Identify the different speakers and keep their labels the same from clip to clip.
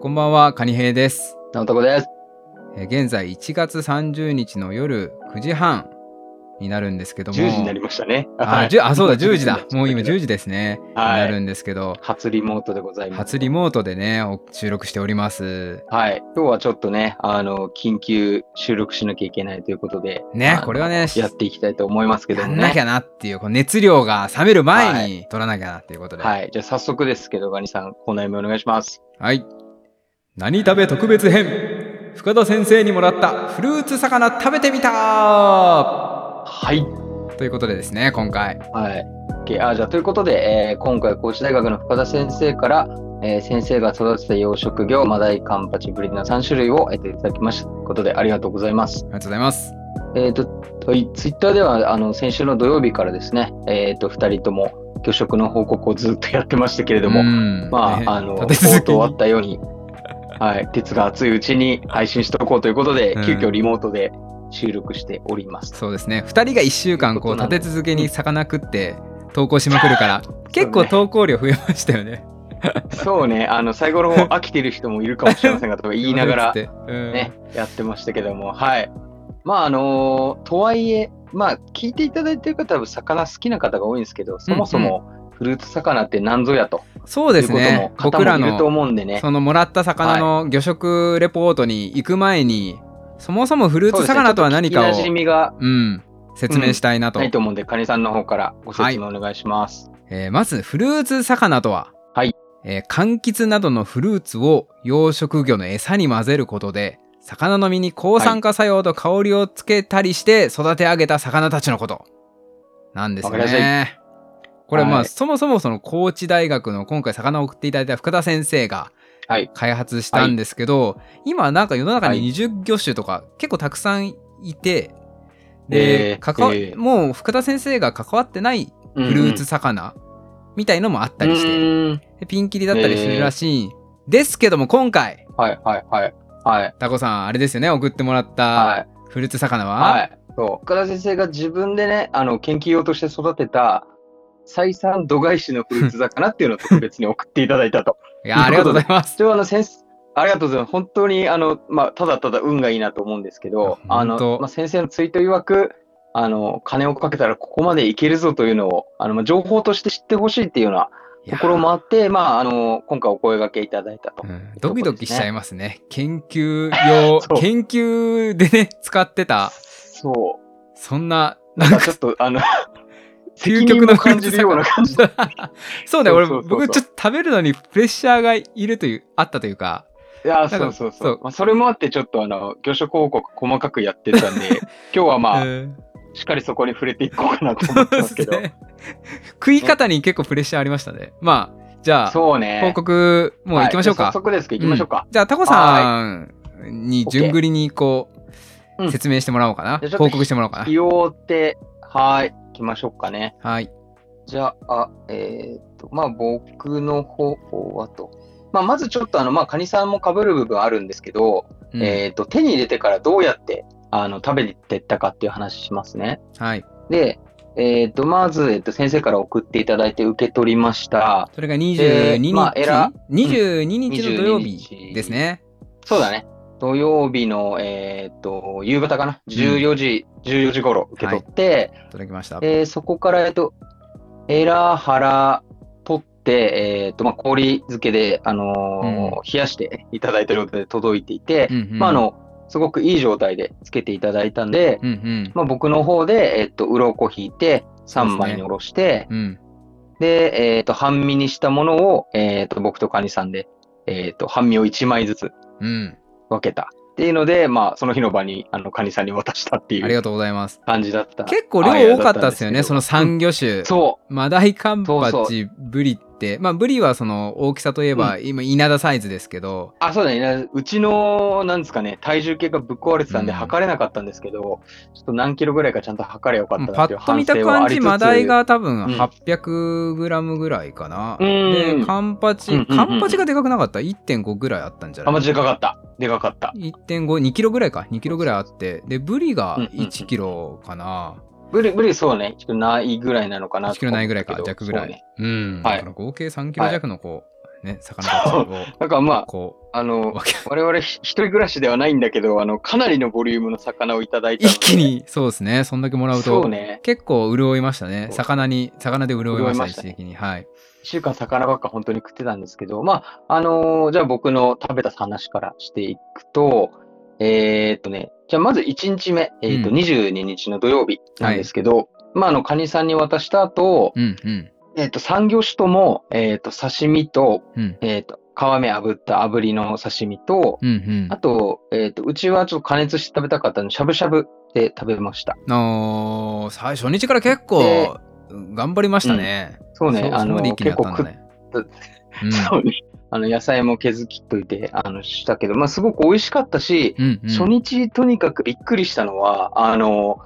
Speaker 1: こんばんは、カニヘイです。
Speaker 2: なおたこです。
Speaker 1: えー現在1月30日の夜9時半になるんですけども。
Speaker 2: 10時になりましたね。
Speaker 1: あ、
Speaker 2: はい
Speaker 1: じゅあ、そうだ、10時だ。 もう今
Speaker 2: 10
Speaker 1: 10時ですね。
Speaker 2: は
Speaker 1: ないるんですけど、
Speaker 2: 初リモートでございます。
Speaker 1: 初リモートでね、お収録しております。
Speaker 2: はい。今日はちょっとね、あの、緊急収録しなきゃいけないということで。あ
Speaker 1: ね、
Speaker 2: の
Speaker 1: これはね、
Speaker 2: やっていきたいと思いますけど
Speaker 1: や
Speaker 2: も
Speaker 1: んなき
Speaker 2: ね。
Speaker 1: ゃなっていう、この熱量が冷める
Speaker 2: は
Speaker 1: 前に撮らなきゃなっていうことで。はい。
Speaker 2: はい。じゃあ早速ですけど、ガニさん、お悩みお願いします。
Speaker 1: 何食べ特別編深田先生にもらったフルーツ魚食べてみた
Speaker 2: はい。
Speaker 1: ということでですね、今回。
Speaker 2: はい。OK あじゃあということで、えー今回、高知大学の深田先生から、えー先生が育てた養殖魚、マダイ、カンパチ、ブリの3種類を、えー、いただきました。ということで、ありがとうございます。
Speaker 1: ありがとうございます。
Speaker 2: えー、とツイッターではあの先週の土曜日からですね、えー、と2人とも魚食の報告をずっとやってましたけれども、
Speaker 1: うん
Speaker 2: ま
Speaker 1: ね
Speaker 2: あ、あの、と
Speaker 1: 立
Speaker 2: う
Speaker 1: て続け
Speaker 2: とう終
Speaker 1: に
Speaker 2: わったように、はい、鉄が熱いうちに配信しておこうということで、
Speaker 1: うん
Speaker 2: 急遽リモートで収録しております。
Speaker 1: そうですね2人が1週間こう
Speaker 2: そういうことな
Speaker 1: 立
Speaker 2: ん
Speaker 1: て
Speaker 2: だ
Speaker 1: 続けに魚食って投稿しまくるから結構投稿量増えましたよね。
Speaker 2: そうね、あの、最後の方飽きてる人もいるかもしれませんが、と か言いながら
Speaker 1: っ、て、うん
Speaker 2: ね、やってましたけども、はい。まあ、あのーとはいえ、まあ、聞いていただいてる方は多分魚好きな方が多いんですけど、そもそもフルーツ魚って何ぞやと。
Speaker 1: そうですね
Speaker 2: いうことも
Speaker 1: 僕ら
Speaker 2: 方もいると
Speaker 1: の
Speaker 2: 思うんでね。
Speaker 1: そのもらった魚の魚食レポートに行く前にそもそもフルーツ魚とは何か
Speaker 2: そ
Speaker 1: を
Speaker 2: うですねちょっ聞き馴染みが
Speaker 1: うん、説明したいなと、
Speaker 2: ないと思うんで、カニさんの方からご説明お願いします。
Speaker 1: えーまずフルーツ魚とは、
Speaker 2: はい
Speaker 1: えー柑橘などのフルーツを養殖魚の餌に混ぜることで魚の身に抗酸化作用と香りをつけたりして育て上げた魚たちのことなんですよ
Speaker 2: わかり
Speaker 1: ね。これまあ、
Speaker 2: はい
Speaker 1: そもそもその高知大学の今回魚を送っていただいた深田先生が
Speaker 2: はい
Speaker 1: 開発したんですけど、今なんか世の中
Speaker 2: は
Speaker 1: に
Speaker 2: い
Speaker 1: 20魚種とか結構たくさんいて、で、
Speaker 2: えー
Speaker 1: 関わ
Speaker 2: えー
Speaker 1: もう深田先生が関わってない
Speaker 2: フ
Speaker 1: フルーツ魚みたいのもあったりして、でピンキリだったりするらしい、ですけども今回
Speaker 2: はいはいはい。はい。
Speaker 1: タコさんあれですよね送ってもらった
Speaker 2: はい。
Speaker 1: フルーツ魚は、
Speaker 2: はい。そう。岡田先生が自分でね、あの、研究用として育てた、採算度外視のフルーツ魚っていうのを特別に送っていただいたと。
Speaker 1: い、やありがとうございます
Speaker 2: それはあの、先生、ありがとうございます。本当に、あの、まあ、ただただ運がいいなと思うんですけど
Speaker 1: い、や
Speaker 2: あ
Speaker 1: 本当
Speaker 2: の、まあ、先生のツイート曰く、あの、金をかけたらここまでいけるぞというのを、あの、まあ、情報として知ってほしいっていうようないと
Speaker 1: や
Speaker 2: ころもあ って、まあ、あの、今回お声掛けいただいたと。
Speaker 1: うんドキドキしちゃいますね研究
Speaker 2: そ
Speaker 1: 用
Speaker 2: う
Speaker 1: 研究でね使ってた
Speaker 2: そ
Speaker 1: そん な
Speaker 2: う。なんかちょっと、あの、
Speaker 1: 究極の
Speaker 2: 責任も感じるような感じ。
Speaker 1: そうね俺
Speaker 2: そうそうそうそう
Speaker 1: 僕ちょっと食べるのにプレッシャーがいるというあったというか
Speaker 2: いや、
Speaker 1: なん
Speaker 2: そ
Speaker 1: か
Speaker 2: うそう
Speaker 1: そ
Speaker 2: そうう。まあ、それもあって、ちょっと、あの、魚食報告細かくやっ てたんで、今日はまあ、
Speaker 1: うん
Speaker 2: しっかりそこに触れていこうかなと思ってますけ ど
Speaker 1: そう。ですね食い方に結構プレッシャーありましたねまあじゃあ
Speaker 2: そうね。
Speaker 1: 報告、もう行きましょうか。
Speaker 2: はいじゃあ早速ですけど、行きましょうか。
Speaker 1: じゃあ、タコさんに順繰りにこ
Speaker 2: オッケーう
Speaker 1: う、
Speaker 2: ん
Speaker 1: 説明してもらおうかな
Speaker 2: じゃあちょ。っと
Speaker 1: 報告してもらおうか
Speaker 2: 費用って、はーい、行きましょうかね。
Speaker 1: な。はい。
Speaker 2: じゃあ、あえっ、と、まあ、僕の方はと。まあ、まずちょっと、あの、まあ、カニさんも被る部分あるんですけど、
Speaker 1: うん
Speaker 2: えっ、と、手に入れてからどうやって、あの、食べていったかっていう話しますね。
Speaker 1: はい。
Speaker 2: で、えっ、と、まず、えっ、と、先生から送っていただいて受け取りました。
Speaker 1: それが22日、
Speaker 2: えーまあエラ
Speaker 1: 22日の土曜
Speaker 2: 22
Speaker 1: 日
Speaker 2: 日
Speaker 1: ですね。
Speaker 2: そうだね。土曜日の、えっ、と、夕方かな。14時、14時頃受け取って、
Speaker 1: 届きました。
Speaker 2: えーそこから、えっと、エラハラ取って、えっとまあ、氷漬けで、あのー冷やしていただいてるので届いていて、
Speaker 1: うんうん
Speaker 2: まあ、あ、のすごくいい状態でつけていただいたんで、
Speaker 1: うんうん。
Speaker 2: まあ、僕の方で、えっと鱗引いて
Speaker 1: そう
Speaker 2: 3
Speaker 1: ですね
Speaker 2: 枚におろして
Speaker 1: うん。
Speaker 2: で、えっと半身にしたものを、えっと僕とカニさんで、えっと半身を1枚ずつ
Speaker 1: うん。
Speaker 2: 分けたっていうので、まあ、その日の場にあのカニさんに渡したってい
Speaker 1: あり
Speaker 2: う
Speaker 1: がとうございます。
Speaker 2: 感じだった。
Speaker 1: 結構量
Speaker 2: あれ
Speaker 1: 多かったですよね、
Speaker 2: だった
Speaker 1: そ
Speaker 2: ん
Speaker 1: の
Speaker 2: ですけど
Speaker 1: 3魚種。
Speaker 2: そう
Speaker 1: マダイカンパ
Speaker 2: そうそ
Speaker 1: チ、ブリって、まあ、ブリはその大きさといえば、今、稲田サイズですけど、
Speaker 2: あ、そうだね。うちの、なんですかね、体重計がぶっ壊れてたんで
Speaker 1: うん
Speaker 2: 測れなかったんですけど、ちょっと何キロぐらいかちゃんと測れよかっ
Speaker 1: パ
Speaker 2: たなっていう
Speaker 1: ッと見
Speaker 2: 反
Speaker 1: た
Speaker 2: 省は
Speaker 1: 感
Speaker 2: ありつ
Speaker 1: じ
Speaker 2: つ。
Speaker 1: マダイ。が多分
Speaker 2: うん
Speaker 1: 800g ぐらいかな、
Speaker 2: うん
Speaker 1: でカンパチ、
Speaker 2: うんうんうんうん
Speaker 1: カンパチがでかくなかった1.5ぐらいあったんじゃ
Speaker 2: あ、
Speaker 1: な
Speaker 2: マ
Speaker 1: い
Speaker 2: ジでかかった。でかかった。
Speaker 1: 1.52キロぐらいか2キロぐらいあってでブリが
Speaker 2: うんうんうん
Speaker 1: 1キロかな、
Speaker 2: ブリ、ブリそうね。ちょっとないぐらいなのかな
Speaker 1: 1キロないぐらいか
Speaker 2: と思ったけど
Speaker 1: 弱ぐらい,、
Speaker 2: そううね
Speaker 1: ん、
Speaker 2: は
Speaker 1: だ
Speaker 2: い
Speaker 1: から合計3キロ弱の子、ね、魚たちを
Speaker 2: なんかまあ、
Speaker 1: こ
Speaker 2: あ
Speaker 1: う、
Speaker 2: の、
Speaker 1: 分け
Speaker 2: 我々ひ一人暮らしではないんだけど、あの、かなりのボリュームの魚をいただいたので
Speaker 1: 一気に、そうですね、そんだけもらう
Speaker 2: そう
Speaker 1: と、
Speaker 2: ね。
Speaker 1: 結構潤いましたね。
Speaker 2: そう
Speaker 1: 魚に、魚で潤いました、
Speaker 2: 潤いましたね
Speaker 1: 一時的に。はい。
Speaker 2: 一週間魚ばっか本当に食ってたんですけど、まあ、あのーじゃあ僕の食べた話からしていくと、えーっとね、じゃあまず1日目、えーっと
Speaker 1: うん
Speaker 2: 22日の土曜日なんですけど、まあ、あの、カニさんに渡した後、
Speaker 1: うん、うん、
Speaker 2: えーっと、産魚種とも、えーっと、刺身と、
Speaker 1: うん、
Speaker 2: えーっと、皮目炙った炙りの刺身と、
Speaker 1: うん、うん。
Speaker 2: あと、えーっと、うちはちょっと加熱して食べたかったので、しゃぶしゃぶで食べました。
Speaker 1: の最初日から結
Speaker 2: で
Speaker 1: 構頑張りましたね。
Speaker 2: そうね、
Speaker 1: そ
Speaker 2: あ
Speaker 1: そこ
Speaker 2: の
Speaker 1: まで一気にや
Speaker 2: 結
Speaker 1: った
Speaker 2: 構
Speaker 1: ん
Speaker 2: 食
Speaker 1: だ
Speaker 2: っ
Speaker 1: ね。
Speaker 2: 結
Speaker 1: うん
Speaker 2: そうね。あの、野菜も削きっといて、あの、したけど、まあ、すごく美味しかったし、
Speaker 1: うんうん
Speaker 2: 初日とにかくびっくりしたのは、あの、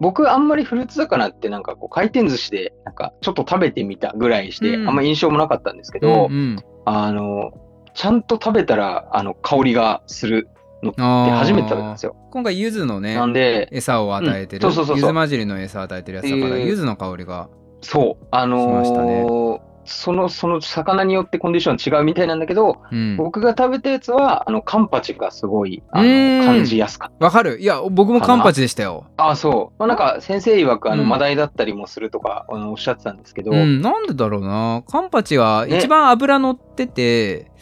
Speaker 2: 僕あんまりフルーツ魚ってなんかこう回転寿司でなんかちょっと食べてみたぐらいして、
Speaker 1: うん
Speaker 2: あんま印象もなかったんですけ
Speaker 1: うん
Speaker 2: ど、
Speaker 1: うん
Speaker 2: あの、ちゃんと食べたら、あの、香りがするって
Speaker 1: あ
Speaker 2: 初めて食べたん
Speaker 1: ー
Speaker 2: ですよ。
Speaker 1: 今回柚子のね
Speaker 2: なんで、
Speaker 1: 餌を与えてる
Speaker 2: うんそうそうそうそう
Speaker 1: 柚子混じりの餌を与えてるやつだから
Speaker 2: えー
Speaker 1: 柚子の香りが
Speaker 2: そう、あ
Speaker 1: しま
Speaker 2: の
Speaker 1: した
Speaker 2: ーその、その魚によってコンディション違うみたいなんだけど、
Speaker 1: うん
Speaker 2: 僕が食べたやつは、あの、カンパチがすごい、あの
Speaker 1: うーん
Speaker 2: 感じやすかった。
Speaker 1: わかるいや僕もカンパチでしたよ。
Speaker 2: ああ、そう。まあ、なんか、先生曰く、あの、
Speaker 1: うん
Speaker 2: マダイだったりもするとか、あの、おっしゃってたんですけど、
Speaker 1: うん、なんでだろうなカンパチは
Speaker 2: ね
Speaker 1: 一番脂乗ってて、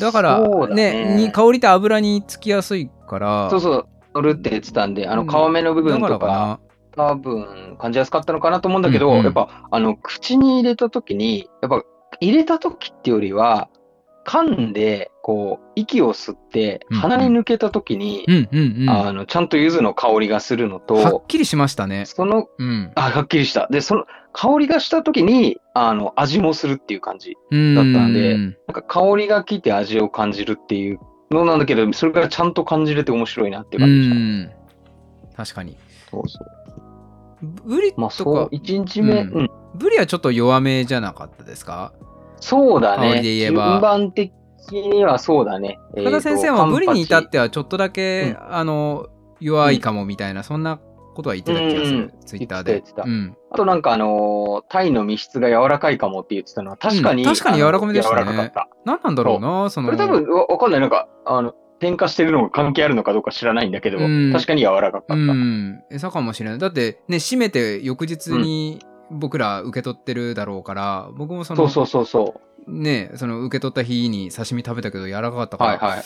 Speaker 1: だから
Speaker 2: そうだね
Speaker 1: ねに香りと油につきやすいから
Speaker 2: そうそう、乗るって言ってたんで、あの、
Speaker 1: うん
Speaker 2: 皮目の部
Speaker 1: だ
Speaker 2: 分
Speaker 1: から
Speaker 2: と
Speaker 1: か
Speaker 2: か、
Speaker 1: な。
Speaker 2: 多分、感じやすかったのかなと思うんだけど、
Speaker 1: うんうん
Speaker 2: やっぱ、あの、口に入れた時に、やっぱ、入れた時ってよりは、噛んで、こう、息を吸って、
Speaker 1: うんうん
Speaker 2: 鼻に抜けた時に、
Speaker 1: うんうんうん。
Speaker 2: あの、ちゃんと柚子の香りがするの
Speaker 1: はっ
Speaker 2: と、
Speaker 1: きりしましたね。
Speaker 2: その、
Speaker 1: うん。
Speaker 2: あ、はっきりした。で、その、香りがした時に、あの、味もするっていう感
Speaker 1: だ
Speaker 2: じ。だったんでなんか香りが効いて味を感じるっていうのなんだけど、それからちゃんと感じれて面白いなっていう
Speaker 1: う
Speaker 2: 感じでしたね。
Speaker 1: ん。確かに。
Speaker 2: そうそう。
Speaker 1: ブリ
Speaker 2: まあ
Speaker 1: と
Speaker 2: そう
Speaker 1: か、、
Speaker 2: 1日目、
Speaker 1: う
Speaker 2: うんん、
Speaker 1: ブリはちょっと弱めじゃなかったですか
Speaker 2: そうだ
Speaker 1: 香りで
Speaker 2: ね。
Speaker 1: 言え
Speaker 2: 順
Speaker 1: ば
Speaker 2: 番的にはそうだね。えー
Speaker 1: 深
Speaker 2: と
Speaker 1: 田先生もブリに至ってはちょっとだけ、
Speaker 2: う
Speaker 1: あの、弱いかもみたいな、そんなことは言ってた気がす
Speaker 2: うんう
Speaker 1: る。ツイッターで
Speaker 2: 言ってた。
Speaker 1: う
Speaker 2: 言
Speaker 1: ん
Speaker 2: あとなんかあのータイの身質が柔らかいかもって言ってたのは確かに、
Speaker 1: うん確かに
Speaker 2: あの
Speaker 1: 柔らかめでしたね
Speaker 2: 柔らかかっ
Speaker 1: 何なんだろうな、そ
Speaker 2: た。
Speaker 1: の。
Speaker 2: これ多分わわかんない。なんか、あの、添加してるのが関係あるのかどうか知らないんだけど、
Speaker 1: うん
Speaker 2: 確かに柔らかかった。
Speaker 1: うん、餌かもしれない。だって、ね、締めて翌日に僕ら受け取ってるだろうから、僕もそ
Speaker 2: そ
Speaker 1: の
Speaker 2: う、そうそうそう。
Speaker 1: ね、その受け取った日に刺身食べたけど柔らかかったから、
Speaker 2: はいはい。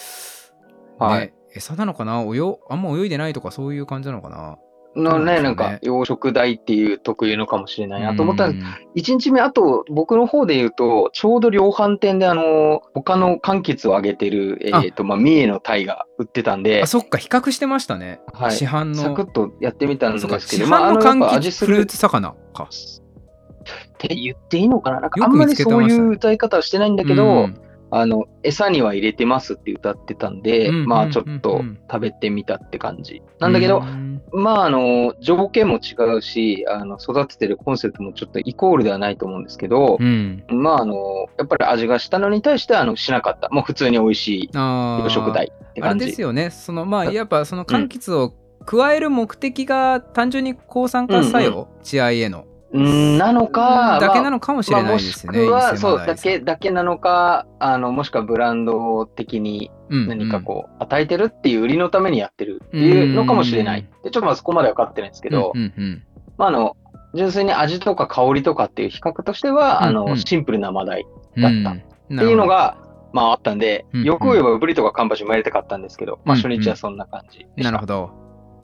Speaker 2: はい
Speaker 1: ね、餌なのかな泳あんま泳いでないとかそういう感じなのかな
Speaker 2: のね、
Speaker 1: そう
Speaker 2: な
Speaker 1: なん
Speaker 2: ん
Speaker 1: ですよね
Speaker 2: か、養殖台っていう特有のかもしれないなと思ったんです。
Speaker 1: す
Speaker 2: 1日目、あと、僕の方で言うと、ちょうど量販店で、あの、他の柑橘をあげてる、えっ、
Speaker 1: あ
Speaker 2: と、まあ、三重の鯛が売ってたんで
Speaker 1: あ、そっか比較してましたね、
Speaker 2: はい
Speaker 1: 市販
Speaker 2: サク
Speaker 1: の
Speaker 2: ッとやってみたんです
Speaker 1: そ
Speaker 2: け
Speaker 1: っか
Speaker 2: ど、
Speaker 1: 市販
Speaker 2: まあ、あ
Speaker 1: の
Speaker 2: の、やっ
Speaker 1: 柑
Speaker 2: ぱ
Speaker 1: 橘
Speaker 2: 味す
Speaker 1: フルー
Speaker 2: る
Speaker 1: ツ魚か
Speaker 2: って言っていいのかななんか、あ
Speaker 1: よ
Speaker 2: ん
Speaker 1: く
Speaker 2: ま
Speaker 1: 見
Speaker 2: り
Speaker 1: つけて
Speaker 2: そ
Speaker 1: ま
Speaker 2: う
Speaker 1: したね
Speaker 2: いう歌い方はしてないんだけ
Speaker 1: う
Speaker 2: ど、
Speaker 1: ん
Speaker 2: あの、餌には入れてますって歌ってたんで、
Speaker 1: うんうんうんうん
Speaker 2: まあ、ちょっと食べてみたって感じ。なんだけど
Speaker 1: う、ん
Speaker 2: まあ、あの、条件も違うし、あの、育ててるコンセプトもちょっとイコールではないと思うんですけど
Speaker 1: う、ん
Speaker 2: まあ、あの、やっぱり味がしたのに対しては、あの、しなかった。もう普通に美味しい
Speaker 1: あー
Speaker 2: 洋食台って
Speaker 1: あれ
Speaker 2: 感
Speaker 1: です
Speaker 2: じ。
Speaker 1: よねそのまあ
Speaker 2: だ
Speaker 1: やっぱその柑橘を加える目的が単純に抗酸化作用、血合いへの
Speaker 2: うんなのか、
Speaker 1: だけな
Speaker 2: のか
Speaker 1: のかもしれないですね、
Speaker 2: まあ、
Speaker 1: 伊勢
Speaker 2: もしくは、そう、
Speaker 1: マダ
Speaker 2: だ
Speaker 1: イさん
Speaker 2: け、だけなのか、あの、もしくはブランド的に何かこう、与えてるっていう売りのためにやってるっていうのかもしれな
Speaker 1: うん
Speaker 2: い。で、ちょっとまあそこまでは分かってないんですけ
Speaker 1: う
Speaker 2: ど、
Speaker 1: んうんうん
Speaker 2: まあ、あの、純粋に味とか香りとかっていう比較としては、あ
Speaker 1: うんう
Speaker 2: の、
Speaker 1: ん
Speaker 2: シンプルなマダイ
Speaker 1: う
Speaker 2: だっ
Speaker 1: ん
Speaker 2: っていうのが、まああったんで、
Speaker 1: うん
Speaker 2: よく言えばブリとかカンパチもやりたかったんですけど、まあ
Speaker 1: うん
Speaker 2: 初日はそんな感じでした。
Speaker 1: なるほど。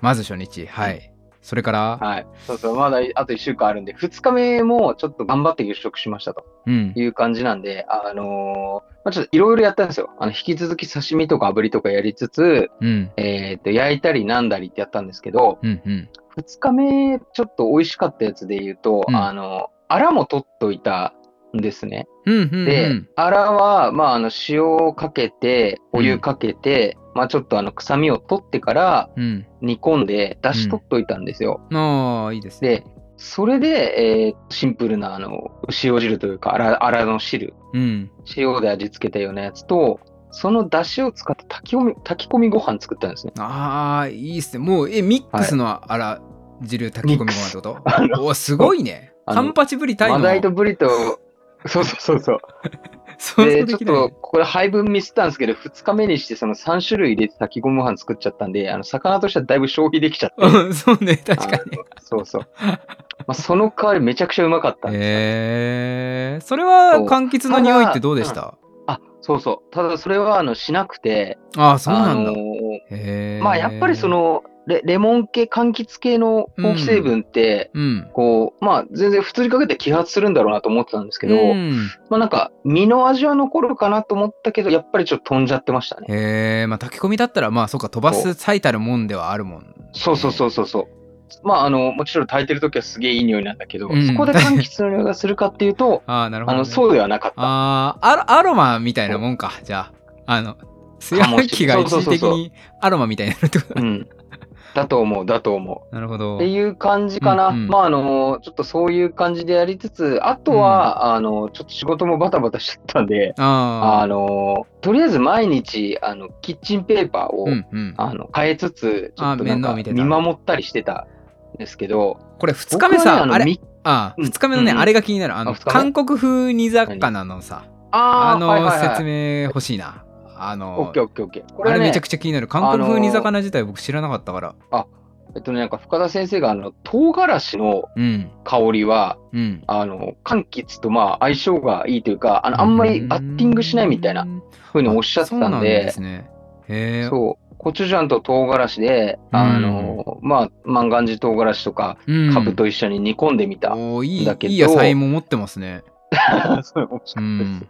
Speaker 1: まず初日。はい。それから、
Speaker 2: はい。そうそう、まだあと1週間あるんで、2日目もちょっと頑張って夕食しましたと
Speaker 1: うん。
Speaker 2: いう感じなんで、あのーまあちょっといろいろやったんですよ。あの、引き続き刺身とか炙りとかやりつつ、
Speaker 1: うん。
Speaker 2: えっ、と、焼いたりなんだりってやったんですけど、
Speaker 1: うん。うん。
Speaker 2: 2日目ちょっと美味しかったやつで言うと、
Speaker 1: うん
Speaker 2: あの、アラも取っといたんですね。
Speaker 1: うん。うん。
Speaker 2: で、アラは、まあ、あの、塩をかけて、お湯かけて、まあ、ちょっとあの、臭みを取ってから
Speaker 1: うん。
Speaker 2: 煮込んで、出汁取っといたんですよ。
Speaker 1: ああ、いいですね。
Speaker 2: で、それで、えーシンプルな、あの、塩汁というか、アラ、アラの汁、
Speaker 1: うん。
Speaker 2: 塩で味付けたようなやつと、その出汁を使って炊き込み、炊き込みご飯作ったんですね。
Speaker 1: ああ、いいっすね。もう、え、ミックスのあら汁炊き込みご飯ってこと、
Speaker 2: あの
Speaker 1: おすごいね。
Speaker 2: あ
Speaker 1: カ
Speaker 2: の
Speaker 1: ンパチぶりタイ
Speaker 2: マ
Speaker 1: の
Speaker 2: ダイとブリと、そうそうそうそう。
Speaker 1: 想像
Speaker 2: で、
Speaker 1: で
Speaker 2: ちょっ
Speaker 1: きない
Speaker 2: と、これ配分ミスったんですけど、2日目にしてその3種類入れて炊き込みご飯作っちゃったんで、あの、魚としてはだいぶ消費できちゃって。
Speaker 1: うんそうね確かに
Speaker 2: あのそうそう。まあ、その代わりめちゃくちゃうまかったんですよ。
Speaker 1: えー、それは
Speaker 2: そう
Speaker 1: 柑橘の匂いってどうでした
Speaker 2: あ、そうそう。ただそれは、あの、しなくて、
Speaker 1: ああそうなんだ、
Speaker 2: あのー
Speaker 1: へー
Speaker 2: まあ、やっぱりその、レレモン系、柑橘系の好奇成分って、
Speaker 1: うん
Speaker 2: こう、まあ、全然普通にかけて揮発するんだろうなと思ってたんですけど、
Speaker 1: うん
Speaker 2: まあなんか、身の味は残るかなと思ったけど、やっぱりちょっと飛んじゃってましたね。
Speaker 1: へえまあ炊き込みだったらまあそうか飛ばす最たるもんではあるもん
Speaker 2: そうそうそうそうそう。まあ、あの、もちろん炊いてる時はすげえいい匂いなんだけど、
Speaker 1: うん、
Speaker 2: そこで柑橘の匂いがするかっていうと
Speaker 1: ああなるほ
Speaker 2: あ
Speaker 1: ど、ね、
Speaker 2: の、そうではなかった。
Speaker 1: あーアロアロマみたいなもんかじゃああの炊
Speaker 2: かも
Speaker 1: 飯
Speaker 2: し
Speaker 1: 器が一時的
Speaker 2: そうそうそう
Speaker 1: にアロマみたいになるって こと
Speaker 2: うん。だと思う、だと思
Speaker 1: なるほ
Speaker 2: う。
Speaker 1: ど
Speaker 2: っていう感じかな。
Speaker 1: うんうん
Speaker 2: まあ、あの、ちょっとそういう感じでやりつつ、あとは、あの、ちょっと仕事もバタバタしちゃったんで、あ
Speaker 1: あ
Speaker 2: の、とりあえず毎日、あの、キッチンペーパーを、
Speaker 1: あうんうん
Speaker 2: あの変えつつ、ちょっと
Speaker 1: あ
Speaker 2: なん
Speaker 1: 面倒
Speaker 2: か
Speaker 1: 見てた
Speaker 2: 見守ったりしてたんですけど、
Speaker 1: これ2日目さ、
Speaker 2: 僕はね
Speaker 1: あ
Speaker 2: の
Speaker 1: れ
Speaker 2: み
Speaker 1: あ
Speaker 2: うん
Speaker 1: 2日目のね、
Speaker 2: うんうん
Speaker 1: あれが気になるあの
Speaker 2: あ二日目
Speaker 1: 韓国風煮魚のさ
Speaker 2: あ
Speaker 1: あ
Speaker 2: ー
Speaker 1: の、
Speaker 2: はいはいはい
Speaker 1: 説明欲しいなあ
Speaker 2: オッ
Speaker 1: の
Speaker 2: ケーオッケーオッケー。こ
Speaker 1: あ
Speaker 2: れ
Speaker 1: れ
Speaker 2: ね、
Speaker 1: めちゃくちゃ気になる韓国風煮魚自体僕知らなかったから
Speaker 2: えっとね、なんか深田先生があの唐辛子の
Speaker 1: うん
Speaker 2: 香りは、
Speaker 1: うん
Speaker 2: あの柑橘とまあ相性がいいというか、あのあんまりバッティングしないみたいなふうにおっしゃってたん
Speaker 1: そうなんで
Speaker 2: で、
Speaker 1: すねへえ
Speaker 2: そう、コチュジャンと唐辛子で、
Speaker 1: うん
Speaker 2: あの、まあ、万願寺唐辛子とか、
Speaker 1: うん
Speaker 2: カブと一緒に煮込んでみた。
Speaker 1: おーいい
Speaker 2: だけど
Speaker 1: いい野菜も持ってますね
Speaker 2: そう面白かったです
Speaker 1: うん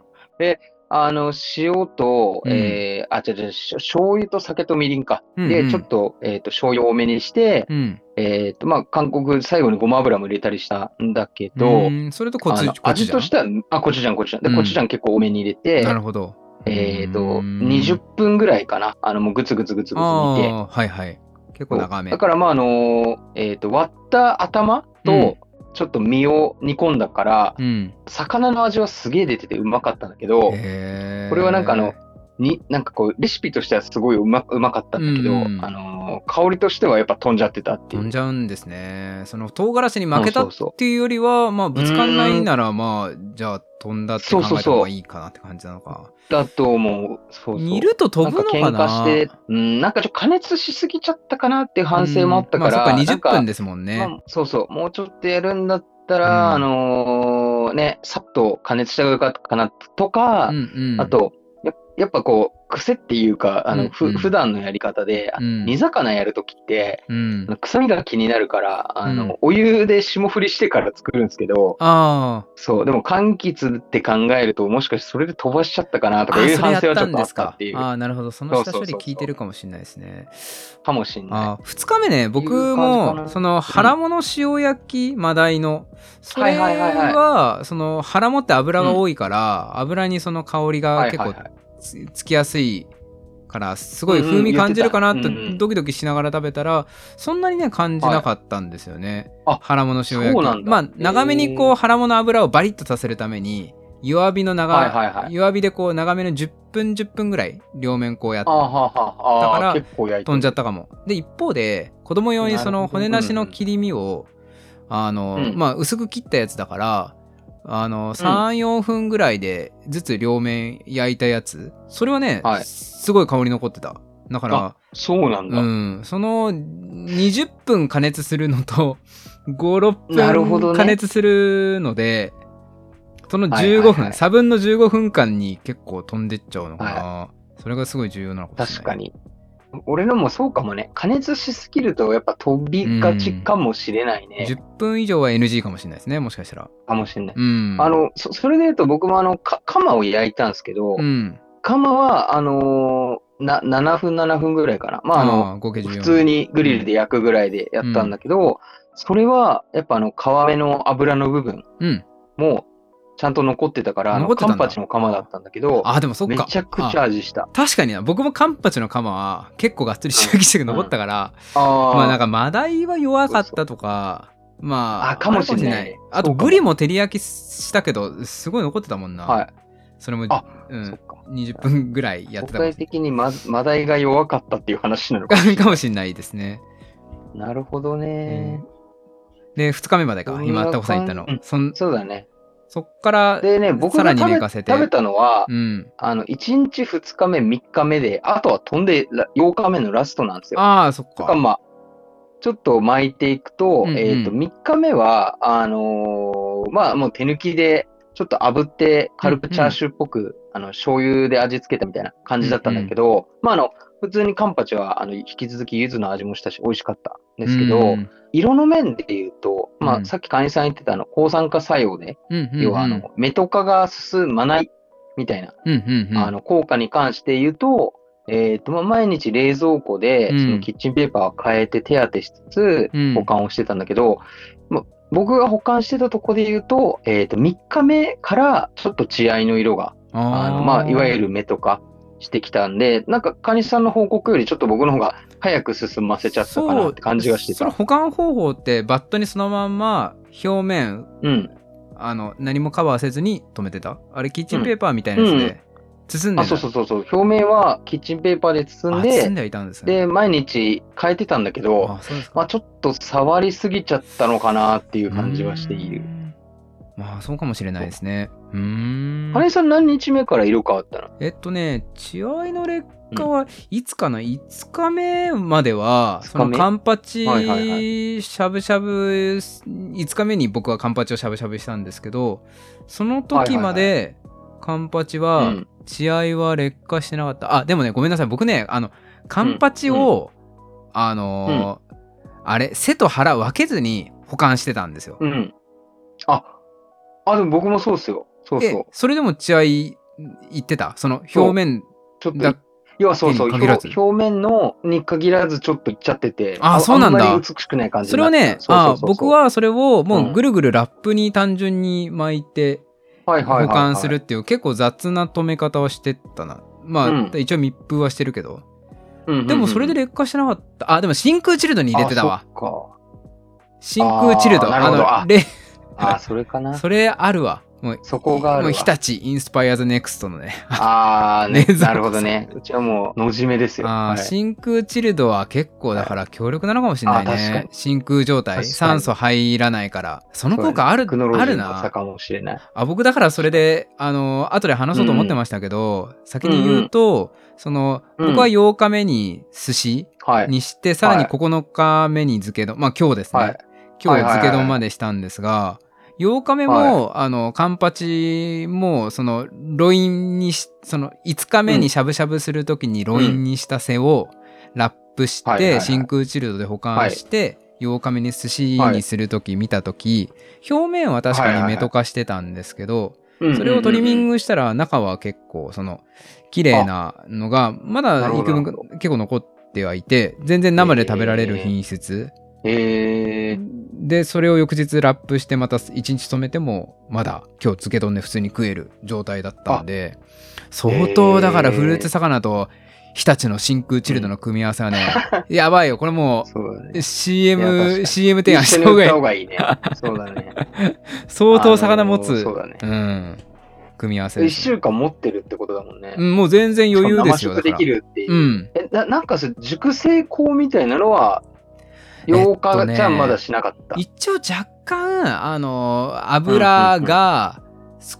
Speaker 2: あの、塩と、
Speaker 1: うん
Speaker 2: えー、あ、違う違う、しょ醤油と酒とみりんか。
Speaker 1: うんうん
Speaker 2: で、ちょっと、えっ、と、醤油多めにして、
Speaker 1: うん
Speaker 2: えっ、と、まあ、韓国、最後にごま油も入れたりしたんだけ
Speaker 1: う
Speaker 2: ど、
Speaker 1: んそれとコ
Speaker 2: あ
Speaker 1: チ
Speaker 2: の
Speaker 1: コチ
Speaker 2: 味
Speaker 1: じゃ
Speaker 2: と
Speaker 1: ん
Speaker 2: しては、あ、コチュジャン、コチュジャン。
Speaker 1: うん
Speaker 2: で、コチュジャン結構多めに入れ
Speaker 1: な
Speaker 2: て
Speaker 1: る、ほど
Speaker 2: えっ、
Speaker 1: う
Speaker 2: と、
Speaker 1: ん
Speaker 2: 20分ぐらいかな。あの、もうグツグツグツグツ煮て。
Speaker 1: ああはいはい結構長め
Speaker 2: だから、まあ、あのーえっ、と、割った頭
Speaker 1: うん
Speaker 2: と、ちょっと身を煮込んだから、
Speaker 1: うん
Speaker 2: 魚の味はすげえ出ててうまかったんだけど、
Speaker 1: へえ
Speaker 2: これはなんかあのに、なんかこう、レシピとしてはすごいうまうまかったんだけど、
Speaker 1: うん
Speaker 2: あのー、香りとしてはやっぱ飛んじゃってたってい
Speaker 1: 飛
Speaker 2: う。
Speaker 1: んじゃうんですねその唐辛子に負けた
Speaker 2: うん
Speaker 1: っ
Speaker 2: そう
Speaker 1: ていうよりはまあぶつかんないならまあじゃあ飛んだって考えた方がいいかなって感じなのか
Speaker 2: そうだと思う。そうそう。
Speaker 1: 煮ると飛ぶのか
Speaker 2: なんか
Speaker 1: な
Speaker 2: 喧嘩して、うん、なんかちょっと加熱しすぎちゃったかなっていう反省もあったから、
Speaker 1: うんまあそっか20分
Speaker 2: で
Speaker 1: ですもん
Speaker 2: す
Speaker 1: ね
Speaker 2: そうそう、もうちょっとやるんだった
Speaker 1: う
Speaker 2: ら、
Speaker 1: ん
Speaker 2: あのーね、さっと加熱した方がよかったかなとか、
Speaker 1: うんうん
Speaker 2: あと、ややっぱこう、癖っていうか、あ
Speaker 1: うん
Speaker 2: の、ふ
Speaker 1: うん
Speaker 2: 普段のやり方で、あ
Speaker 1: うん
Speaker 2: 煮魚やるときって、
Speaker 1: うん
Speaker 2: 臭みが気になるから、あの、
Speaker 1: うん
Speaker 2: お湯で霜降りしてから作るんですけど、
Speaker 1: あ
Speaker 2: そう、でも柑橘って考えると、もしかしてそれで飛ばしちゃったかな
Speaker 1: ー
Speaker 2: とかいう
Speaker 1: あそれ
Speaker 2: 反
Speaker 1: やっ
Speaker 2: 省はち
Speaker 1: た
Speaker 2: ょっ
Speaker 1: ん
Speaker 2: とあ
Speaker 1: で
Speaker 2: っ
Speaker 1: す
Speaker 2: た
Speaker 1: か
Speaker 2: っていう
Speaker 1: ああなるほどその下
Speaker 2: そうそ
Speaker 1: 処
Speaker 2: う
Speaker 1: 理
Speaker 2: そう
Speaker 1: 聞いてるかもしれないですね
Speaker 2: かもしんない。
Speaker 1: あ2日目ね僕
Speaker 2: いう感じか
Speaker 1: も
Speaker 2: な
Speaker 1: その腹物塩焼きマダイのそれ
Speaker 2: はいはいはい
Speaker 1: はその腹もって油が多いから油にその香りが
Speaker 2: はい
Speaker 1: 結
Speaker 2: はい
Speaker 1: 構
Speaker 2: はい。
Speaker 1: つつきやすいからすごい
Speaker 2: うんうん
Speaker 1: 風味感じるかな
Speaker 2: 言
Speaker 1: と
Speaker 2: ってたうんうん
Speaker 1: ドキドキしながら食べたらそんなにね感じなかったんですよね、
Speaker 2: はいあ
Speaker 1: 腹物塩焼
Speaker 2: そうな
Speaker 1: き
Speaker 2: んだ
Speaker 1: まあ長めに
Speaker 2: へ
Speaker 1: こう
Speaker 2: ー
Speaker 1: 腹物油をバリッとさせるために弱火の長、
Speaker 2: はいはいはい
Speaker 1: 弱火でこう長めの10分10分ぐらい両面こうやって
Speaker 2: あーはあはあ、あ
Speaker 1: だから
Speaker 2: ー結構焼いて
Speaker 1: 飛んじゃったかもで一方で子供用にそ
Speaker 2: なる
Speaker 1: の
Speaker 2: ほど
Speaker 1: 骨なしの切り身をあの、
Speaker 2: うん
Speaker 1: まあ薄く切ったやつだからあの34分ぐらいでずつ両面焼いたやつそれはね、
Speaker 2: はい
Speaker 1: すごい香り残ってただから
Speaker 2: そうなんだ。
Speaker 1: うんその20分加熱するのと
Speaker 2: なるほ
Speaker 1: 56
Speaker 2: ど
Speaker 1: 分
Speaker 2: ね
Speaker 1: 加熱するのでその
Speaker 2: はいはい
Speaker 1: 15分、
Speaker 2: はい
Speaker 1: 差分の15分間に結構飛んでっちゃうのかな、それがすごい重要なのかもしれ
Speaker 2: 確
Speaker 1: な
Speaker 2: か
Speaker 1: い
Speaker 2: に。俺のもそうかもね。加熱しすぎるとやっぱ飛びがちかもしれないね。
Speaker 1: 10分以上は NG かもしれないですねもしかしたら
Speaker 2: かもしれない。
Speaker 1: うん
Speaker 2: あの、そそれで言うと僕もあの、か釜を焼いたんですけど、
Speaker 1: うん
Speaker 2: 釜は、あのーな、7分、7分ぐらいかな。まあ、あの、
Speaker 1: ー合計14
Speaker 2: 普通にグリルで焼くぐらいでやったんだけど、それは、やっぱあの、皮目の油の部分
Speaker 1: うん
Speaker 2: も、ちゃんと残ってたから、あの
Speaker 1: 残ってたん
Speaker 2: カ
Speaker 1: だ
Speaker 2: ンパチの釜だったんだけど、
Speaker 1: あでもそっ
Speaker 2: め
Speaker 1: か
Speaker 2: ちゃくちゃ
Speaker 1: あ
Speaker 2: 味した。
Speaker 1: 確かにな僕もカンパチの釜は結構がっつり仕上げしてく残ったから、
Speaker 2: ああ、
Speaker 1: まあなんかマダイは弱かったとかまあ
Speaker 2: あかもしん
Speaker 1: あ
Speaker 2: ない
Speaker 1: るかもしんあと
Speaker 2: そうかも
Speaker 1: グリも照り焼きしたけどすごい残ってたもんな、
Speaker 2: はい。
Speaker 1: それも
Speaker 2: あ
Speaker 1: う
Speaker 2: そっ
Speaker 1: ん、
Speaker 2: か。
Speaker 1: 20分ぐらいやっ
Speaker 2: 国
Speaker 1: てたかも
Speaker 2: 際
Speaker 1: しれ
Speaker 2: 的にママダイが弱かったっていう話なのか。
Speaker 1: ないかもしんないですね
Speaker 2: なるほどね。
Speaker 1: で2日目までか
Speaker 2: そんな
Speaker 1: 今タコさん言ったの、
Speaker 2: 感じ
Speaker 1: そん
Speaker 2: そうだね。
Speaker 1: そっから、
Speaker 2: でね、僕
Speaker 1: さら
Speaker 2: が
Speaker 1: に
Speaker 2: 食べ
Speaker 1: 寝かせて
Speaker 2: 食べたのは、
Speaker 1: うん。
Speaker 2: あの、1日、2日目、3日目で、あとは飛んでら8日目のラストなんですよ。
Speaker 1: ああ、そっ
Speaker 2: とか
Speaker 1: か。
Speaker 2: まあ、ちょっと巻いていくと、
Speaker 1: うんうん
Speaker 2: えっ、と、3日目は、あのーまあ、もう手抜きで、ちょっと炙って、軽くチャーシューっぽく、あの、醤油で味付けたみたいな感じだったんだけど、まあ、あの、普通にカンパチは、あの、引き続き柚子の味もしたし、美味しかったんですけど、
Speaker 1: うん
Speaker 2: 色の面で言うと、ま
Speaker 1: う
Speaker 2: あ、
Speaker 1: ん
Speaker 2: さっき会員さん言ってた、あの、抗酸化作用で、
Speaker 1: うんうん、
Speaker 2: 要は、あの、メトカが進まない、みたいな、
Speaker 1: うんうんうん、
Speaker 2: あの効果に関して言うと、えーとまあ、毎日冷蔵庫で
Speaker 1: うん
Speaker 2: そのキッチンペーパーを変えて手当てしつつ
Speaker 1: うん
Speaker 2: 保管をしてたんだけど、ま、僕が保管してたとこで言うと,、えー、と3日目からちょっと血合いの色があの、まあ、いわゆ
Speaker 1: る、
Speaker 2: る目とかしてきたんでなんか蟹さんの報告よりちょっと僕の方が早く進ませちゃったかなって感じがして
Speaker 1: その
Speaker 2: た。
Speaker 1: 保管方法って、バットにそのまんま表面、
Speaker 2: うん、
Speaker 1: あの、何もカバーせずに止めてた。あれ、キッチンペーパーみたいなやつ
Speaker 2: うんうん
Speaker 1: で、包んでな
Speaker 2: あ
Speaker 1: い
Speaker 2: そうそうそうそう表面はキッチンペーパーで包ん
Speaker 1: あ
Speaker 2: で
Speaker 1: 包んではいたんですね。
Speaker 2: で毎日変えてたんだけど、
Speaker 1: あ、そうですか。
Speaker 2: まあ、ちょっと触りすぎちゃったのかなっていう感じはしている
Speaker 1: う。ん。まあ、そうかもしれないですね。うーん。
Speaker 2: 金井さん何日目から色変わったの
Speaker 1: えっとね、血合いの劣化はいつかな、5日目までは、
Speaker 2: 5日
Speaker 1: その
Speaker 2: 目
Speaker 1: カンパチ、
Speaker 2: はいはいは
Speaker 1: しゃぶしゃぶ、5日目に僕はカンパチをしゃぶしゃぶしたんですけど、その時まで、カンパチ
Speaker 2: う
Speaker 1: は
Speaker 2: ん、
Speaker 1: 血合いは劣化してなかった。あ、でもね、ごめんなさい。僕ね、あの、カンパチを、あのーあれ、背と腹分けずに保管してたんですよ。
Speaker 2: うん。あ、あ、でも僕もそうっすよ。そう
Speaker 1: で
Speaker 2: そう。
Speaker 1: それでも血合い、いってたその表面
Speaker 2: ちょっ
Speaker 1: だ
Speaker 2: と、要はそうそう、
Speaker 1: 手に限らず
Speaker 2: 表表面のに限らずちょっといっちゃってて、
Speaker 1: あそうなんだ
Speaker 2: あんまり美しくない感じ
Speaker 1: そ
Speaker 2: に
Speaker 1: れ
Speaker 2: な
Speaker 1: を
Speaker 2: っ
Speaker 1: ね
Speaker 2: た、
Speaker 1: あ
Speaker 2: そうそうそう
Speaker 1: 僕
Speaker 2: そう、
Speaker 1: はそれをも
Speaker 2: う
Speaker 1: うんぐるぐるラップに単純に巻いて
Speaker 2: はいはいはいはい
Speaker 1: 保管するっていう結構雑な止め方はしてたな。ま
Speaker 2: うん
Speaker 1: あ一応密封はしてるけど。
Speaker 2: うんうんうん
Speaker 1: でもそれで劣化してなかった。あ、でも真空チルドに入れてたわ
Speaker 2: あ。そ
Speaker 1: 真空チルド。
Speaker 2: あーなるほどあ
Speaker 1: の、れ
Speaker 2: っかあ、それかな。
Speaker 1: それあるわ。もう、
Speaker 2: そこがある
Speaker 1: も
Speaker 2: わ
Speaker 1: う日立インスパイアズネクストのね。
Speaker 2: ああ、ね
Speaker 1: 冷蔵庫
Speaker 2: なるほどね。うちはもう、のじめですよ。
Speaker 1: あー
Speaker 2: はい
Speaker 1: 真空チルドは結構だから強力なのかもしれない
Speaker 2: あ確か
Speaker 1: ね
Speaker 2: に。
Speaker 1: 真空状態、
Speaker 2: 確かに
Speaker 1: 酸素入らないから。その効果ある、
Speaker 2: テクノロジ
Speaker 1: あ
Speaker 2: ー
Speaker 1: る
Speaker 2: の
Speaker 1: な
Speaker 2: 差。かもしれない。
Speaker 1: あ僕だからそれであの後で話そうと思ってましたけど、先に言うと、その
Speaker 2: うん
Speaker 1: 僕は8日目に寿司
Speaker 2: はい。
Speaker 1: にして、さらに9日目に漬け丼まあ今日ですね、
Speaker 2: はい
Speaker 1: 今
Speaker 2: はい
Speaker 1: 日
Speaker 2: はいはい
Speaker 1: 漬け丼までしたんですが、8日目も、あのカンパチもそのロインにしその5日目にしゃぶしゃぶする時にロインにした背をラップして、
Speaker 2: はいはいはい
Speaker 1: 真空チルドで保管して、8日目に寿司にする時見た時、表面は確かにメト化してたんですけど、それをトリミン
Speaker 2: グ。
Speaker 1: グしたら中は結構その綺麗なのがまだ
Speaker 2: なるほ
Speaker 1: 幾
Speaker 2: ど
Speaker 1: 分か結構残ってはいて全然生で食べられる品質、
Speaker 2: ええー。
Speaker 1: でそれを翌日ラップしてまた1日止めてもまだ今日漬け丼で普通に食える状態だったんで相当だからフルーツ魚と日立の真空チルドの組み合わせはね、やばいよこれも
Speaker 2: そうだね。
Speaker 1: う
Speaker 2: いや確か
Speaker 1: CM
Speaker 2: に
Speaker 1: CM
Speaker 2: 一
Speaker 1: 提案し
Speaker 2: 緒
Speaker 1: た
Speaker 2: に
Speaker 1: 方が
Speaker 2: 売
Speaker 1: い
Speaker 2: っ
Speaker 1: い
Speaker 2: た方がいいね。そうだ ね。
Speaker 1: 相当魚持
Speaker 2: あのー
Speaker 1: つ、
Speaker 2: そうだね。
Speaker 1: うん組み合わせ
Speaker 2: 一
Speaker 1: です
Speaker 2: 週間持ってるってことだもんね。
Speaker 1: うんもう全然余裕ですよ
Speaker 2: しかも生食できるっていうう。
Speaker 1: ん。
Speaker 2: え、ななんかそれ熟成香みたいなのは、
Speaker 1: えっと
Speaker 2: 8日
Speaker 1: ね
Speaker 2: じゃまだしなかった。
Speaker 1: 一応若干、あの、油が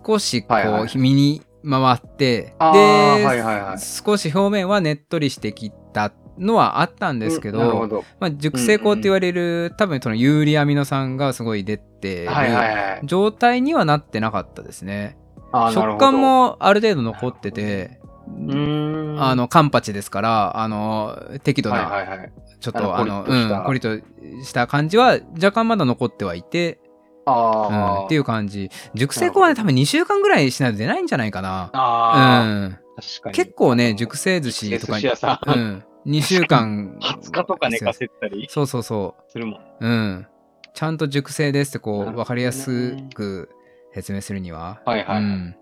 Speaker 1: 少しこ
Speaker 2: はいは
Speaker 1: う、身に回って、
Speaker 2: あーはいはいはい
Speaker 1: で、少し表面はねっとりしてきたのはあったんですけ
Speaker 2: うんなる
Speaker 1: ど
Speaker 2: ほ、ど。
Speaker 1: まあ、熟成香って言われる、多分その有利アミノ酸がすごい出てる
Speaker 2: はいはいはい。
Speaker 1: 状態にはなってなかったですね。
Speaker 2: あーなるほ
Speaker 1: 食
Speaker 2: ど
Speaker 1: 感、もある程度残ってて、
Speaker 2: うーん。
Speaker 1: あ、の、カンパチですから、あの、適度
Speaker 2: は
Speaker 1: ない
Speaker 2: はいはい。
Speaker 1: ちょっと
Speaker 2: あ
Speaker 1: あ
Speaker 2: の
Speaker 1: の、
Speaker 2: コリッとした
Speaker 1: うん、コリッとした感じは若干まだ残ってはいて、う
Speaker 2: あ
Speaker 1: ん、
Speaker 2: あ。
Speaker 1: っていう感じ。熟成粉はね、多分2週間ぐらいしないと出ないんじゃないかな。
Speaker 2: ああ、
Speaker 1: うん。
Speaker 2: 確かに。
Speaker 1: 結構ね、熟成寿司と
Speaker 2: 寿
Speaker 1: か
Speaker 2: 司屋さ、
Speaker 1: うんん、2週間。
Speaker 2: 20日とか寝かせてたり
Speaker 1: そうそうそ
Speaker 2: するも
Speaker 1: う。
Speaker 2: ん。
Speaker 1: うん。ちゃんと熟成ですってこ
Speaker 2: なるほど
Speaker 1: う、
Speaker 2: ね
Speaker 1: わかりやすく説明するには。
Speaker 2: はいはいはい
Speaker 1: うん。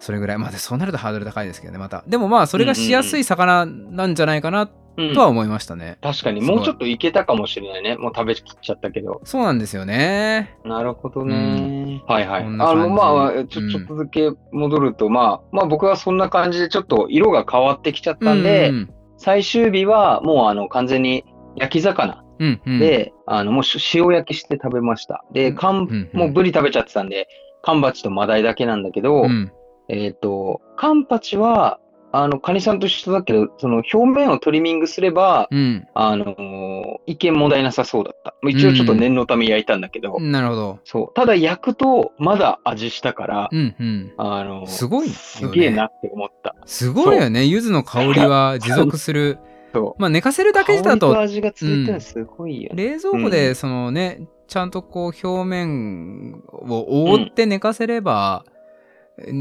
Speaker 1: それぐらい。まあ、でそうなるとハードル高いですけどね、また。でもまあ、それがしやすい魚なんじゃないかな
Speaker 2: うん
Speaker 1: とは思いましたね。
Speaker 2: 確かに、
Speaker 1: すごい
Speaker 2: もうちょっといけたかもしれないね。もう食べきっちゃったけど。
Speaker 1: そうなんですよね。
Speaker 2: なるほど
Speaker 1: う
Speaker 2: ね。はいはい。
Speaker 1: こ
Speaker 2: あ
Speaker 1: んな感じ
Speaker 2: の、まあ、
Speaker 1: う
Speaker 2: ちょ、
Speaker 1: ん
Speaker 2: ちょっとだけ戻ると、まあ、まあ僕はそんな感じでちょっと色が変わってきちゃったんで、
Speaker 1: ううん
Speaker 2: 最終日はもうあの、完全に焼き魚
Speaker 1: うんうん、
Speaker 2: で、あの、もうし塩焼きして食べました。で、
Speaker 1: うん
Speaker 2: かん、
Speaker 1: うんうん
Speaker 2: もうブリ食べちゃってたんで、カンパチとマダイだけなんだけど、
Speaker 1: うん。
Speaker 2: えっ、と、カンパチは、あの、カニさんと一緒だけど、その表面をトリミングすれば、
Speaker 1: うん。
Speaker 2: あのー一見問題なさそうだった。まあ一応ちょっと念のため焼いたんだけど、
Speaker 1: なるほど。
Speaker 2: そう。ただ焼くと、まだ味したから、
Speaker 1: うんうん。
Speaker 2: あのー
Speaker 1: すごいよね
Speaker 2: すげえなって思った。
Speaker 1: すごいよね。柚子の香りは持続する。
Speaker 2: そ
Speaker 1: まあ寝かせるだけだ
Speaker 2: う。香りと
Speaker 1: と、
Speaker 2: 味がついてるのすごいよね。
Speaker 1: 冷蔵庫でそのね、ちゃんとこう表面を覆って寝かせれば、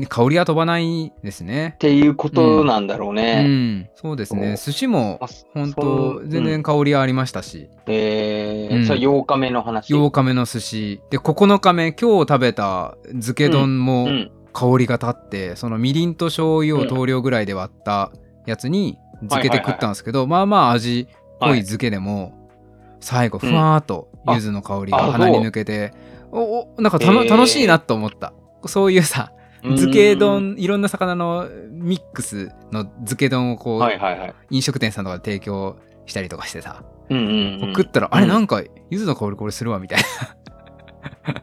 Speaker 1: 香りは飛ばないですね
Speaker 2: っ。ていうことなんだろう
Speaker 1: う
Speaker 2: ね。
Speaker 1: ん。そうですね。寿司も
Speaker 2: あ、
Speaker 1: 本
Speaker 2: そ
Speaker 1: 当
Speaker 2: ん
Speaker 1: 全然香りはありましたし、
Speaker 2: え
Speaker 1: う
Speaker 2: ー、
Speaker 1: ん
Speaker 2: それ8日目の話。
Speaker 1: 8日目の寿司で9日目今日食べた漬け丼も
Speaker 2: うん。
Speaker 1: 香りが立って、そのみりんと醤油を等量ぐらいで割ったやつに漬けて食ったんですけど、まあまあ味濃い漬けでも、最後ふわーっと柚子の香り
Speaker 2: あ
Speaker 1: が
Speaker 2: あ
Speaker 1: 鼻に抜けて、おおなんかたの
Speaker 2: へー
Speaker 1: 楽しいなと思ったそういうさ漬け丼いろんな魚のミックスの漬け丼をこ
Speaker 2: う
Speaker 1: う、
Speaker 2: ん。はいはいはい。
Speaker 1: 飲食店さんとかで提供したりとかしてさ、
Speaker 2: うんうん、うん。
Speaker 1: 食ったら、あれ
Speaker 2: うん
Speaker 1: なんか柚子の香りこれするわみたい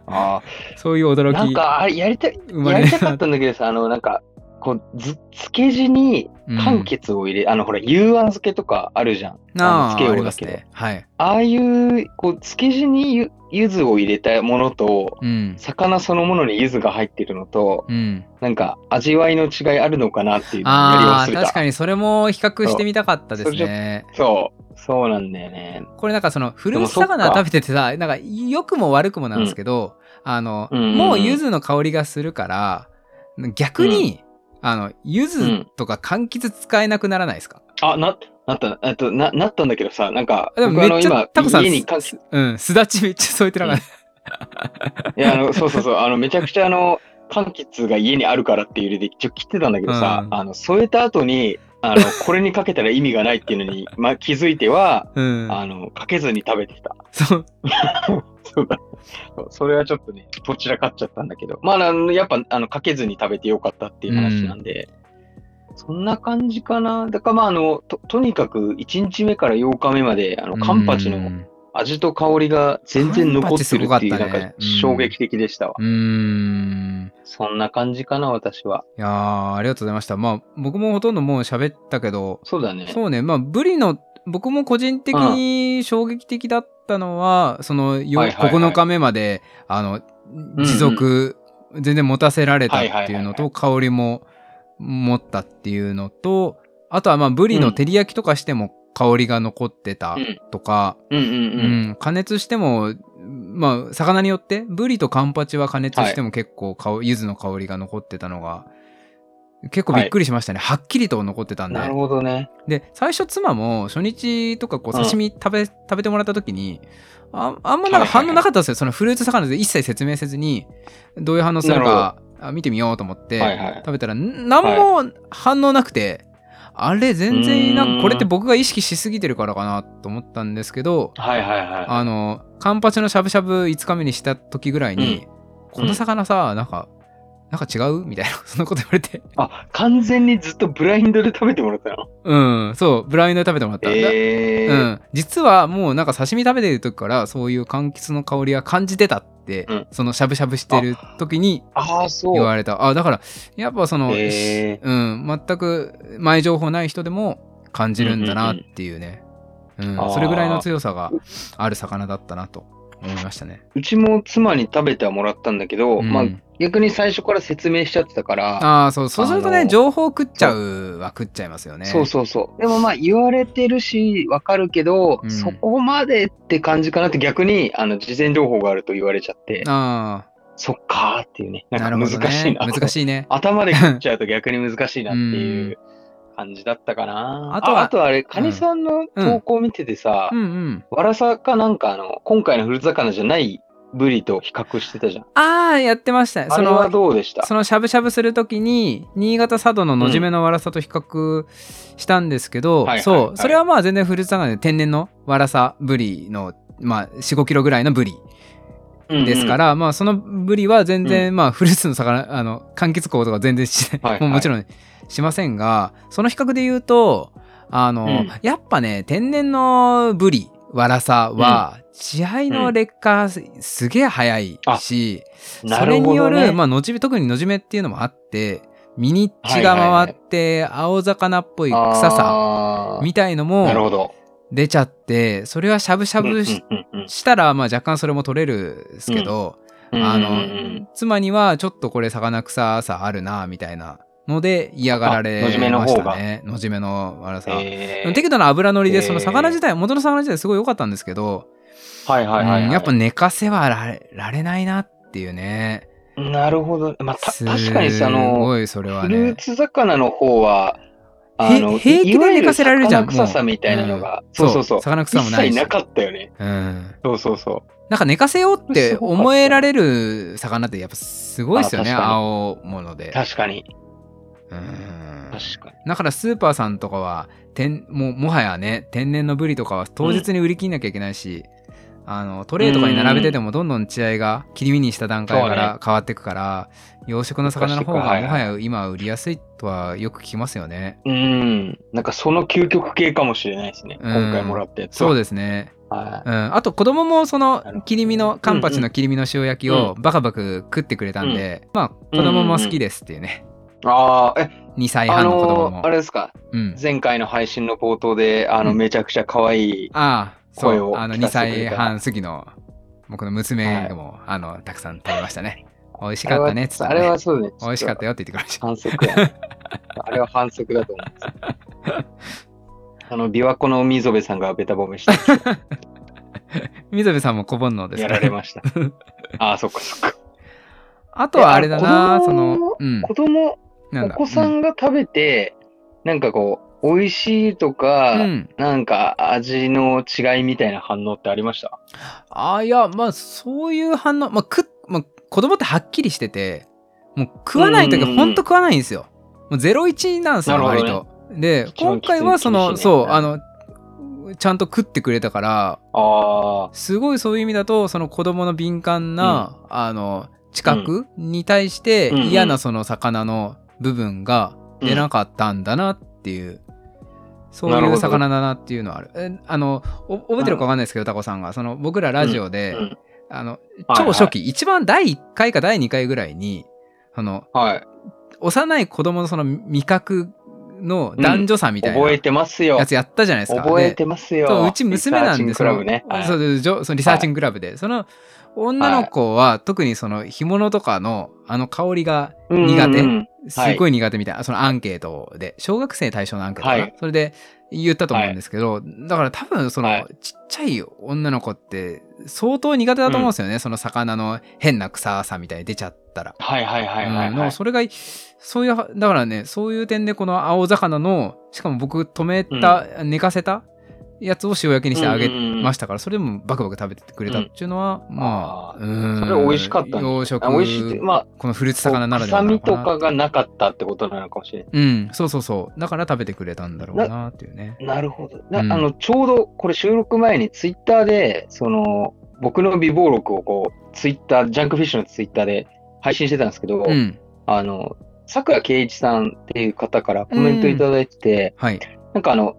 Speaker 2: あ
Speaker 1: な そういう
Speaker 2: ー
Speaker 1: 驚
Speaker 2: なん
Speaker 1: き
Speaker 2: か、あれやりたい、
Speaker 1: 生ま
Speaker 2: や
Speaker 1: れ
Speaker 2: りたかったんだけどさ、あの、なんか、こう、ず、漬け地に柑橘を入れ、あの、ほら、幽庵漬けとかあるじゃん。
Speaker 1: なあ
Speaker 2: 漬け
Speaker 1: あり
Speaker 2: 用
Speaker 1: ま
Speaker 2: だ
Speaker 1: す
Speaker 2: けど。
Speaker 1: ねはい、
Speaker 2: ああいう、こう、漬け地にゆ柚子を入れたものと、
Speaker 1: うん
Speaker 2: 魚そのものに柚子が入ってるのと、
Speaker 1: うん、
Speaker 2: なんか、味わいの違いあるのかなっていうのをやり
Speaker 1: あ
Speaker 2: 忘
Speaker 1: あ
Speaker 2: れた。
Speaker 1: 確かにそれも比較してみたかったです
Speaker 2: そうそ
Speaker 1: ね
Speaker 2: そう。そうなんだよね。
Speaker 1: これなんかその古
Speaker 2: で
Speaker 1: い
Speaker 2: もそっか
Speaker 1: 魚食べててさなんか良くも悪くもなんですけど、あの、
Speaker 2: うんうんうん
Speaker 1: もう柚子の香りがするから逆に、あの柚子とか柑橘使えなくならないですか、
Speaker 2: あ、な、なった、えっと、な、なったんだけどさ、なんか、
Speaker 1: あでも
Speaker 2: 僕あの、
Speaker 1: めっちゃ
Speaker 2: 今
Speaker 1: タコ、さん
Speaker 2: 家に柑橘
Speaker 1: うんすだちめっちゃ添えてなかった
Speaker 2: いや、あの、そうそうそう、あの、めちゃくちゃあの、柑橘が家にあるからっていう理由で一応切ってたんだけどさ、
Speaker 1: うん
Speaker 2: あの、添えた後に、あの、これにかけたら意味がないっていうのに、まあ、気づいては、
Speaker 1: うん
Speaker 2: あの、かけずに食べてた。
Speaker 1: そう
Speaker 2: そうだ。そうそれはちょっとね、どちらかっちゃったんだけど、まあ、あの、やっぱ、あの、かけずに食べてよかったっていう話なんで、そんな感じかな。だからまあ、あの、と、とにかく、1日目から8日目まで、あの、カンパチ
Speaker 1: う
Speaker 2: の
Speaker 1: ん
Speaker 2: 味と香りが全然残
Speaker 1: カンパ
Speaker 2: ってるっていう、
Speaker 1: チすごかった
Speaker 2: なん
Speaker 1: ね
Speaker 2: か
Speaker 1: うん
Speaker 2: 衝撃的でしたわ。
Speaker 1: うーん
Speaker 2: そんな感じかな、私は。
Speaker 1: いやーありがとうございましたまあ僕もほとんどもう喋ったけど
Speaker 2: そうだね。
Speaker 1: そうねまあブリの僕も個人的に衝撃的だったのは、そのよ
Speaker 2: はいはいはい
Speaker 1: 9日目まであの
Speaker 2: うん
Speaker 1: 持続、全然持たせられたっていうの
Speaker 2: はいはいはいは
Speaker 1: と香りも持ったっていうのとあとはまあブリの照り焼きとかしても香りが残ってた
Speaker 2: うん
Speaker 1: とか、
Speaker 2: うんうん
Speaker 1: う
Speaker 2: うん。
Speaker 1: ん、加熱しても、まあ、魚によって、ブリとカンパチは加熱しても結構香、柚子の香りが残ってたのが、結構びっくりしましたね。はっきりと残ってたんで
Speaker 2: な。るほどね。
Speaker 1: で、最初妻も初日とかこう
Speaker 2: うん
Speaker 1: 刺身食べ、食べてもらった時に、ああんまなんか反応なかったんですよ。そのフルーツ魚で一切説明せずに、どういう反応する
Speaker 2: な
Speaker 1: かあ見てみようと思って、
Speaker 2: はいはい
Speaker 1: 食べたら、ん何も反応なくて、あれ全然なん
Speaker 2: うー
Speaker 1: か
Speaker 2: ん
Speaker 1: これって僕が意識しすぎてるからかなと思ったんですけど、
Speaker 2: はいはいはい。
Speaker 1: あのカンパチのしゃぶしゃぶ5日目にした時ぐらいに、この魚さなんかなんか違うみたいなそんなこと言われ て
Speaker 2: あ、完全にずっとブラインドで食べてもらったの
Speaker 1: うんそうブラインドで食べてもらった、
Speaker 2: ええ
Speaker 1: う。ん、実はもうなんか刺身食べてる時からそういう柑橘の香りは感じてたって、
Speaker 2: うん
Speaker 1: そのしゃぶしゃぶしてる時に
Speaker 2: ああ、そう。
Speaker 1: 言われたあだからやっぱその、
Speaker 2: へー
Speaker 1: うん、全く前情報ない人でも感じるんだなっていうね、うん
Speaker 2: あー
Speaker 1: それぐらいの強さがある魚だったなと思いましたね。
Speaker 2: うちも妻に食べてはもらったんだけど、
Speaker 1: うん
Speaker 2: まあ逆に最初から説明しちゃってたから、
Speaker 1: ああそうそうすると
Speaker 2: あ
Speaker 1: ね
Speaker 2: の
Speaker 1: 情報食っちゃうは食っちゃいますよね
Speaker 2: そうそうそう。でもまあ言われてるし、わかるけど、
Speaker 1: うん
Speaker 2: そこまでって感じかなって逆に、あの、事前情報があると言われちゃって、
Speaker 1: あ
Speaker 2: そっかーっていうね。
Speaker 1: あ
Speaker 2: な
Speaker 1: なるほ
Speaker 2: んか
Speaker 1: ど、ね、
Speaker 2: 難しいな。
Speaker 1: 難しいね
Speaker 2: 頭で食っちゃうと逆に難しいなって
Speaker 1: う
Speaker 2: い
Speaker 1: ん
Speaker 2: う感じだったかな。
Speaker 1: あ
Speaker 2: あ
Speaker 1: と
Speaker 2: と
Speaker 1: は
Speaker 2: あとあれ、カニさんの投稿見ててさ、
Speaker 1: うんうん
Speaker 2: わらさかなんかあの、今回のフルーツ魚じゃないブリと比較してたじゃん。
Speaker 1: ああやってました
Speaker 2: あ
Speaker 1: そ
Speaker 2: れは
Speaker 1: の
Speaker 2: どうでした
Speaker 1: そのしゃぶしゃぶするときに新潟佐渡の野締めのわらさと比較したんですけど、
Speaker 2: うんはいはい
Speaker 1: そう、
Speaker 2: はい
Speaker 1: それはまあ全然フルーツ魚で天然のわらさぶりのまあ4 5キロぐらいのぶりですか、ら、まあそのブリは全然、まあフルーツの魚あの柑橘香とか全然しない、
Speaker 2: はいはい
Speaker 1: もうもちろんしませんがその比較で言うとあの、
Speaker 2: うん
Speaker 1: やっぱね天然のブリワラサは血合いの劣化す,、げえ早いし、
Speaker 2: な
Speaker 1: そ
Speaker 2: る
Speaker 1: れに
Speaker 2: ほ
Speaker 1: よ
Speaker 2: ど、
Speaker 1: る、
Speaker 2: ね。
Speaker 1: まあ、のじめ特にのじめっていうのもあって身に血が回って青魚っぽい臭さ
Speaker 2: さ
Speaker 1: みたいの
Speaker 2: なる
Speaker 1: も
Speaker 2: ほど。
Speaker 1: 出ちゃってそれはしゃぶしゃぶし
Speaker 2: うんうんうん
Speaker 1: したら、まあ、若干それも取れるですけど、
Speaker 2: うん
Speaker 1: あ
Speaker 2: うんう
Speaker 1: の
Speaker 2: ん
Speaker 1: 妻にはちょっとこれ魚臭さあるなみたいなので嫌がられ
Speaker 2: あのじめの
Speaker 1: ま
Speaker 2: 方
Speaker 1: した
Speaker 2: が
Speaker 1: ねのじめの悪さ。で
Speaker 2: え
Speaker 1: も
Speaker 2: ー
Speaker 1: 適度な油乗りで、
Speaker 2: えー
Speaker 1: その魚自体、元の魚自体すごい良かったんですけど、
Speaker 2: はいはいはい、は
Speaker 1: う
Speaker 2: い
Speaker 1: んやっぱ寝かせはられられないなっていうね。
Speaker 2: なるほど。まあ、た
Speaker 1: す
Speaker 2: 確かにさ、あの、
Speaker 1: ごいそれは
Speaker 2: フル
Speaker 1: ね
Speaker 2: ー。ツ魚の方は、
Speaker 1: へ
Speaker 2: あの、
Speaker 1: 平気で寝かせられるじゃん
Speaker 2: いわゆ魚臭さみたいなのが、そうそうそう。
Speaker 1: 魚臭さもない
Speaker 2: 一
Speaker 1: し。
Speaker 2: 切なかったよね。
Speaker 1: うん。
Speaker 2: そうそうそ
Speaker 1: なんか寝かせようって思えられる魚ってやっぱすごいですよね、
Speaker 2: あ確かに
Speaker 1: 青物
Speaker 2: う。
Speaker 1: で。
Speaker 2: 確かに。
Speaker 1: うん。
Speaker 2: 確かに。
Speaker 1: だからスーパーさんとかは天もうもはやね天然のブリとかは当日に売り切んなきゃいけないし、あのトレーとかに並べててもどんどん血合いが切り身にした段階か
Speaker 2: そう
Speaker 1: ら変わってくから、養殖の魚の方がも
Speaker 2: 昔とかはい
Speaker 1: はや今は売りやすいとはよく聞きますよね。
Speaker 2: うん。なんかその究極系かもしれないですね。
Speaker 1: うん
Speaker 2: 今回もらったやつは。
Speaker 1: そう
Speaker 2: す。
Speaker 1: ですね、
Speaker 2: は
Speaker 1: うん、あと子供もその
Speaker 2: なるほど
Speaker 1: 切り身のカンパチの切り身の塩焼きをバカバカ食ってくれたんで、まあ子供も好きですっていうね、
Speaker 2: い。ああ、え、
Speaker 1: 2歳
Speaker 2: あ
Speaker 1: 半の子供
Speaker 2: の
Speaker 1: も。
Speaker 2: あれですか。
Speaker 1: うん、
Speaker 2: 前回の配信の冒頭で、あの、
Speaker 1: うん
Speaker 2: めちゃくちゃ可愛い。
Speaker 1: ああ、そ
Speaker 2: 声
Speaker 1: う、
Speaker 2: を
Speaker 1: あの
Speaker 2: 聞
Speaker 1: 2
Speaker 2: かせてく
Speaker 1: 歳
Speaker 2: れた
Speaker 1: 半過ぎの僕の娘も、あのたくさん食べましたね。美味し
Speaker 2: あれ
Speaker 1: かっ
Speaker 2: は
Speaker 1: たねっつって、
Speaker 2: あれ
Speaker 1: ね
Speaker 2: は。そうね。
Speaker 1: 美味しかったよって言ってくれました。
Speaker 2: 反則やねあれは反則だと思うんですよあの、琵琶湖の海ぞべさんがベタ褒めして
Speaker 1: 水部さんも小煩悩です
Speaker 2: や
Speaker 1: から
Speaker 2: れ ました。ああ、そっかそっか。
Speaker 1: あとはあれだな、
Speaker 2: いや
Speaker 1: そ
Speaker 2: 子供
Speaker 1: の、うん、
Speaker 2: 子供、
Speaker 1: な
Speaker 2: お
Speaker 1: んだ。
Speaker 2: 子さんが食べて、なんかこう、美味しい
Speaker 1: う
Speaker 2: と
Speaker 1: ん、う
Speaker 2: か、
Speaker 1: ん
Speaker 2: なんか味の違いみたいな反応ってありました
Speaker 1: あいや、まあそういう反応、まあくまあ、子供ってはっきりしてて、もう食わないとき
Speaker 2: うんうんうん
Speaker 1: ほんと食わないんですよ。もう01なんですよ、
Speaker 2: なるほ
Speaker 1: 割
Speaker 2: どね
Speaker 1: と。で、
Speaker 2: 一
Speaker 1: 今
Speaker 2: 番きつい
Speaker 1: 回はその、
Speaker 2: 厳しいね
Speaker 1: そう、あの、ちゃんと食ってくれたから、
Speaker 2: ああ、
Speaker 1: すごいそういう意味だとその子供の敏感な、あの知覚に対して
Speaker 2: うんうん
Speaker 1: 嫌なその魚の部分が出なかったんだなっていう、そう
Speaker 2: なる
Speaker 1: い
Speaker 2: ほ
Speaker 1: う
Speaker 2: ど
Speaker 1: 魚だなっていうのはあるえあのお覚えてるか分かんないですけどタコさんがその僕らラジオで、
Speaker 2: うん
Speaker 1: あの
Speaker 2: はい
Speaker 1: 超
Speaker 2: はい
Speaker 1: 初期、一番第1回か第2回ぐらいにその
Speaker 2: はい。
Speaker 1: 幼い子供のその味覚の男女差みたいな
Speaker 2: 覚えてますよ
Speaker 1: や。つやったじゃないですか。
Speaker 2: 覚え
Speaker 1: で
Speaker 2: てます
Speaker 1: そう
Speaker 2: よ。
Speaker 1: うち娘なんです
Speaker 2: クラブね。はい
Speaker 1: そうですそうそうリサーチングクラブで、その女の子は特にその干物とかのあの香りが苦手
Speaker 2: うんうんうん
Speaker 1: すごい苦手みたいな、そのアンケートで小学生対象のアンケートかな、
Speaker 2: はい
Speaker 1: それで言ったと思うんですけど、だから多分その、
Speaker 2: はい
Speaker 1: ちっちゃい女の子って相当苦手だと思うんですよね、その魚の変な臭さみたいに出ちゃったら。
Speaker 2: はいはいはいはい
Speaker 1: うんだか
Speaker 2: は
Speaker 1: ら
Speaker 2: い。
Speaker 1: それがそういうだからねそういう点でこの青魚のしかも僕止めた、寝かせたやつを塩焼きにしてあげま
Speaker 2: し
Speaker 1: したからそれでもバクバク食べてくれたっていうのは、まあ
Speaker 2: あ
Speaker 1: うん
Speaker 2: それ美味しかったんだ
Speaker 1: 洋食
Speaker 2: 美味しいって、まあ、
Speaker 1: このフルーツ魚ならでは
Speaker 2: 臭
Speaker 1: なの
Speaker 2: みと
Speaker 1: かな
Speaker 2: かがなかったってことなのかもしれない。
Speaker 1: うんそうそうそうだから食べてくれたんだろうなっていうね
Speaker 2: なるほど。な
Speaker 1: うん
Speaker 2: あのちょうどこれ収録前にツイッターで、その僕の美貌録をこうツイッター、ジャンクフィッシュのツイッターで配信してたんですけど、
Speaker 1: うん
Speaker 2: あの、さくらけいちさんっていう方からコメントいただいてて、
Speaker 1: はい
Speaker 2: なんかあの、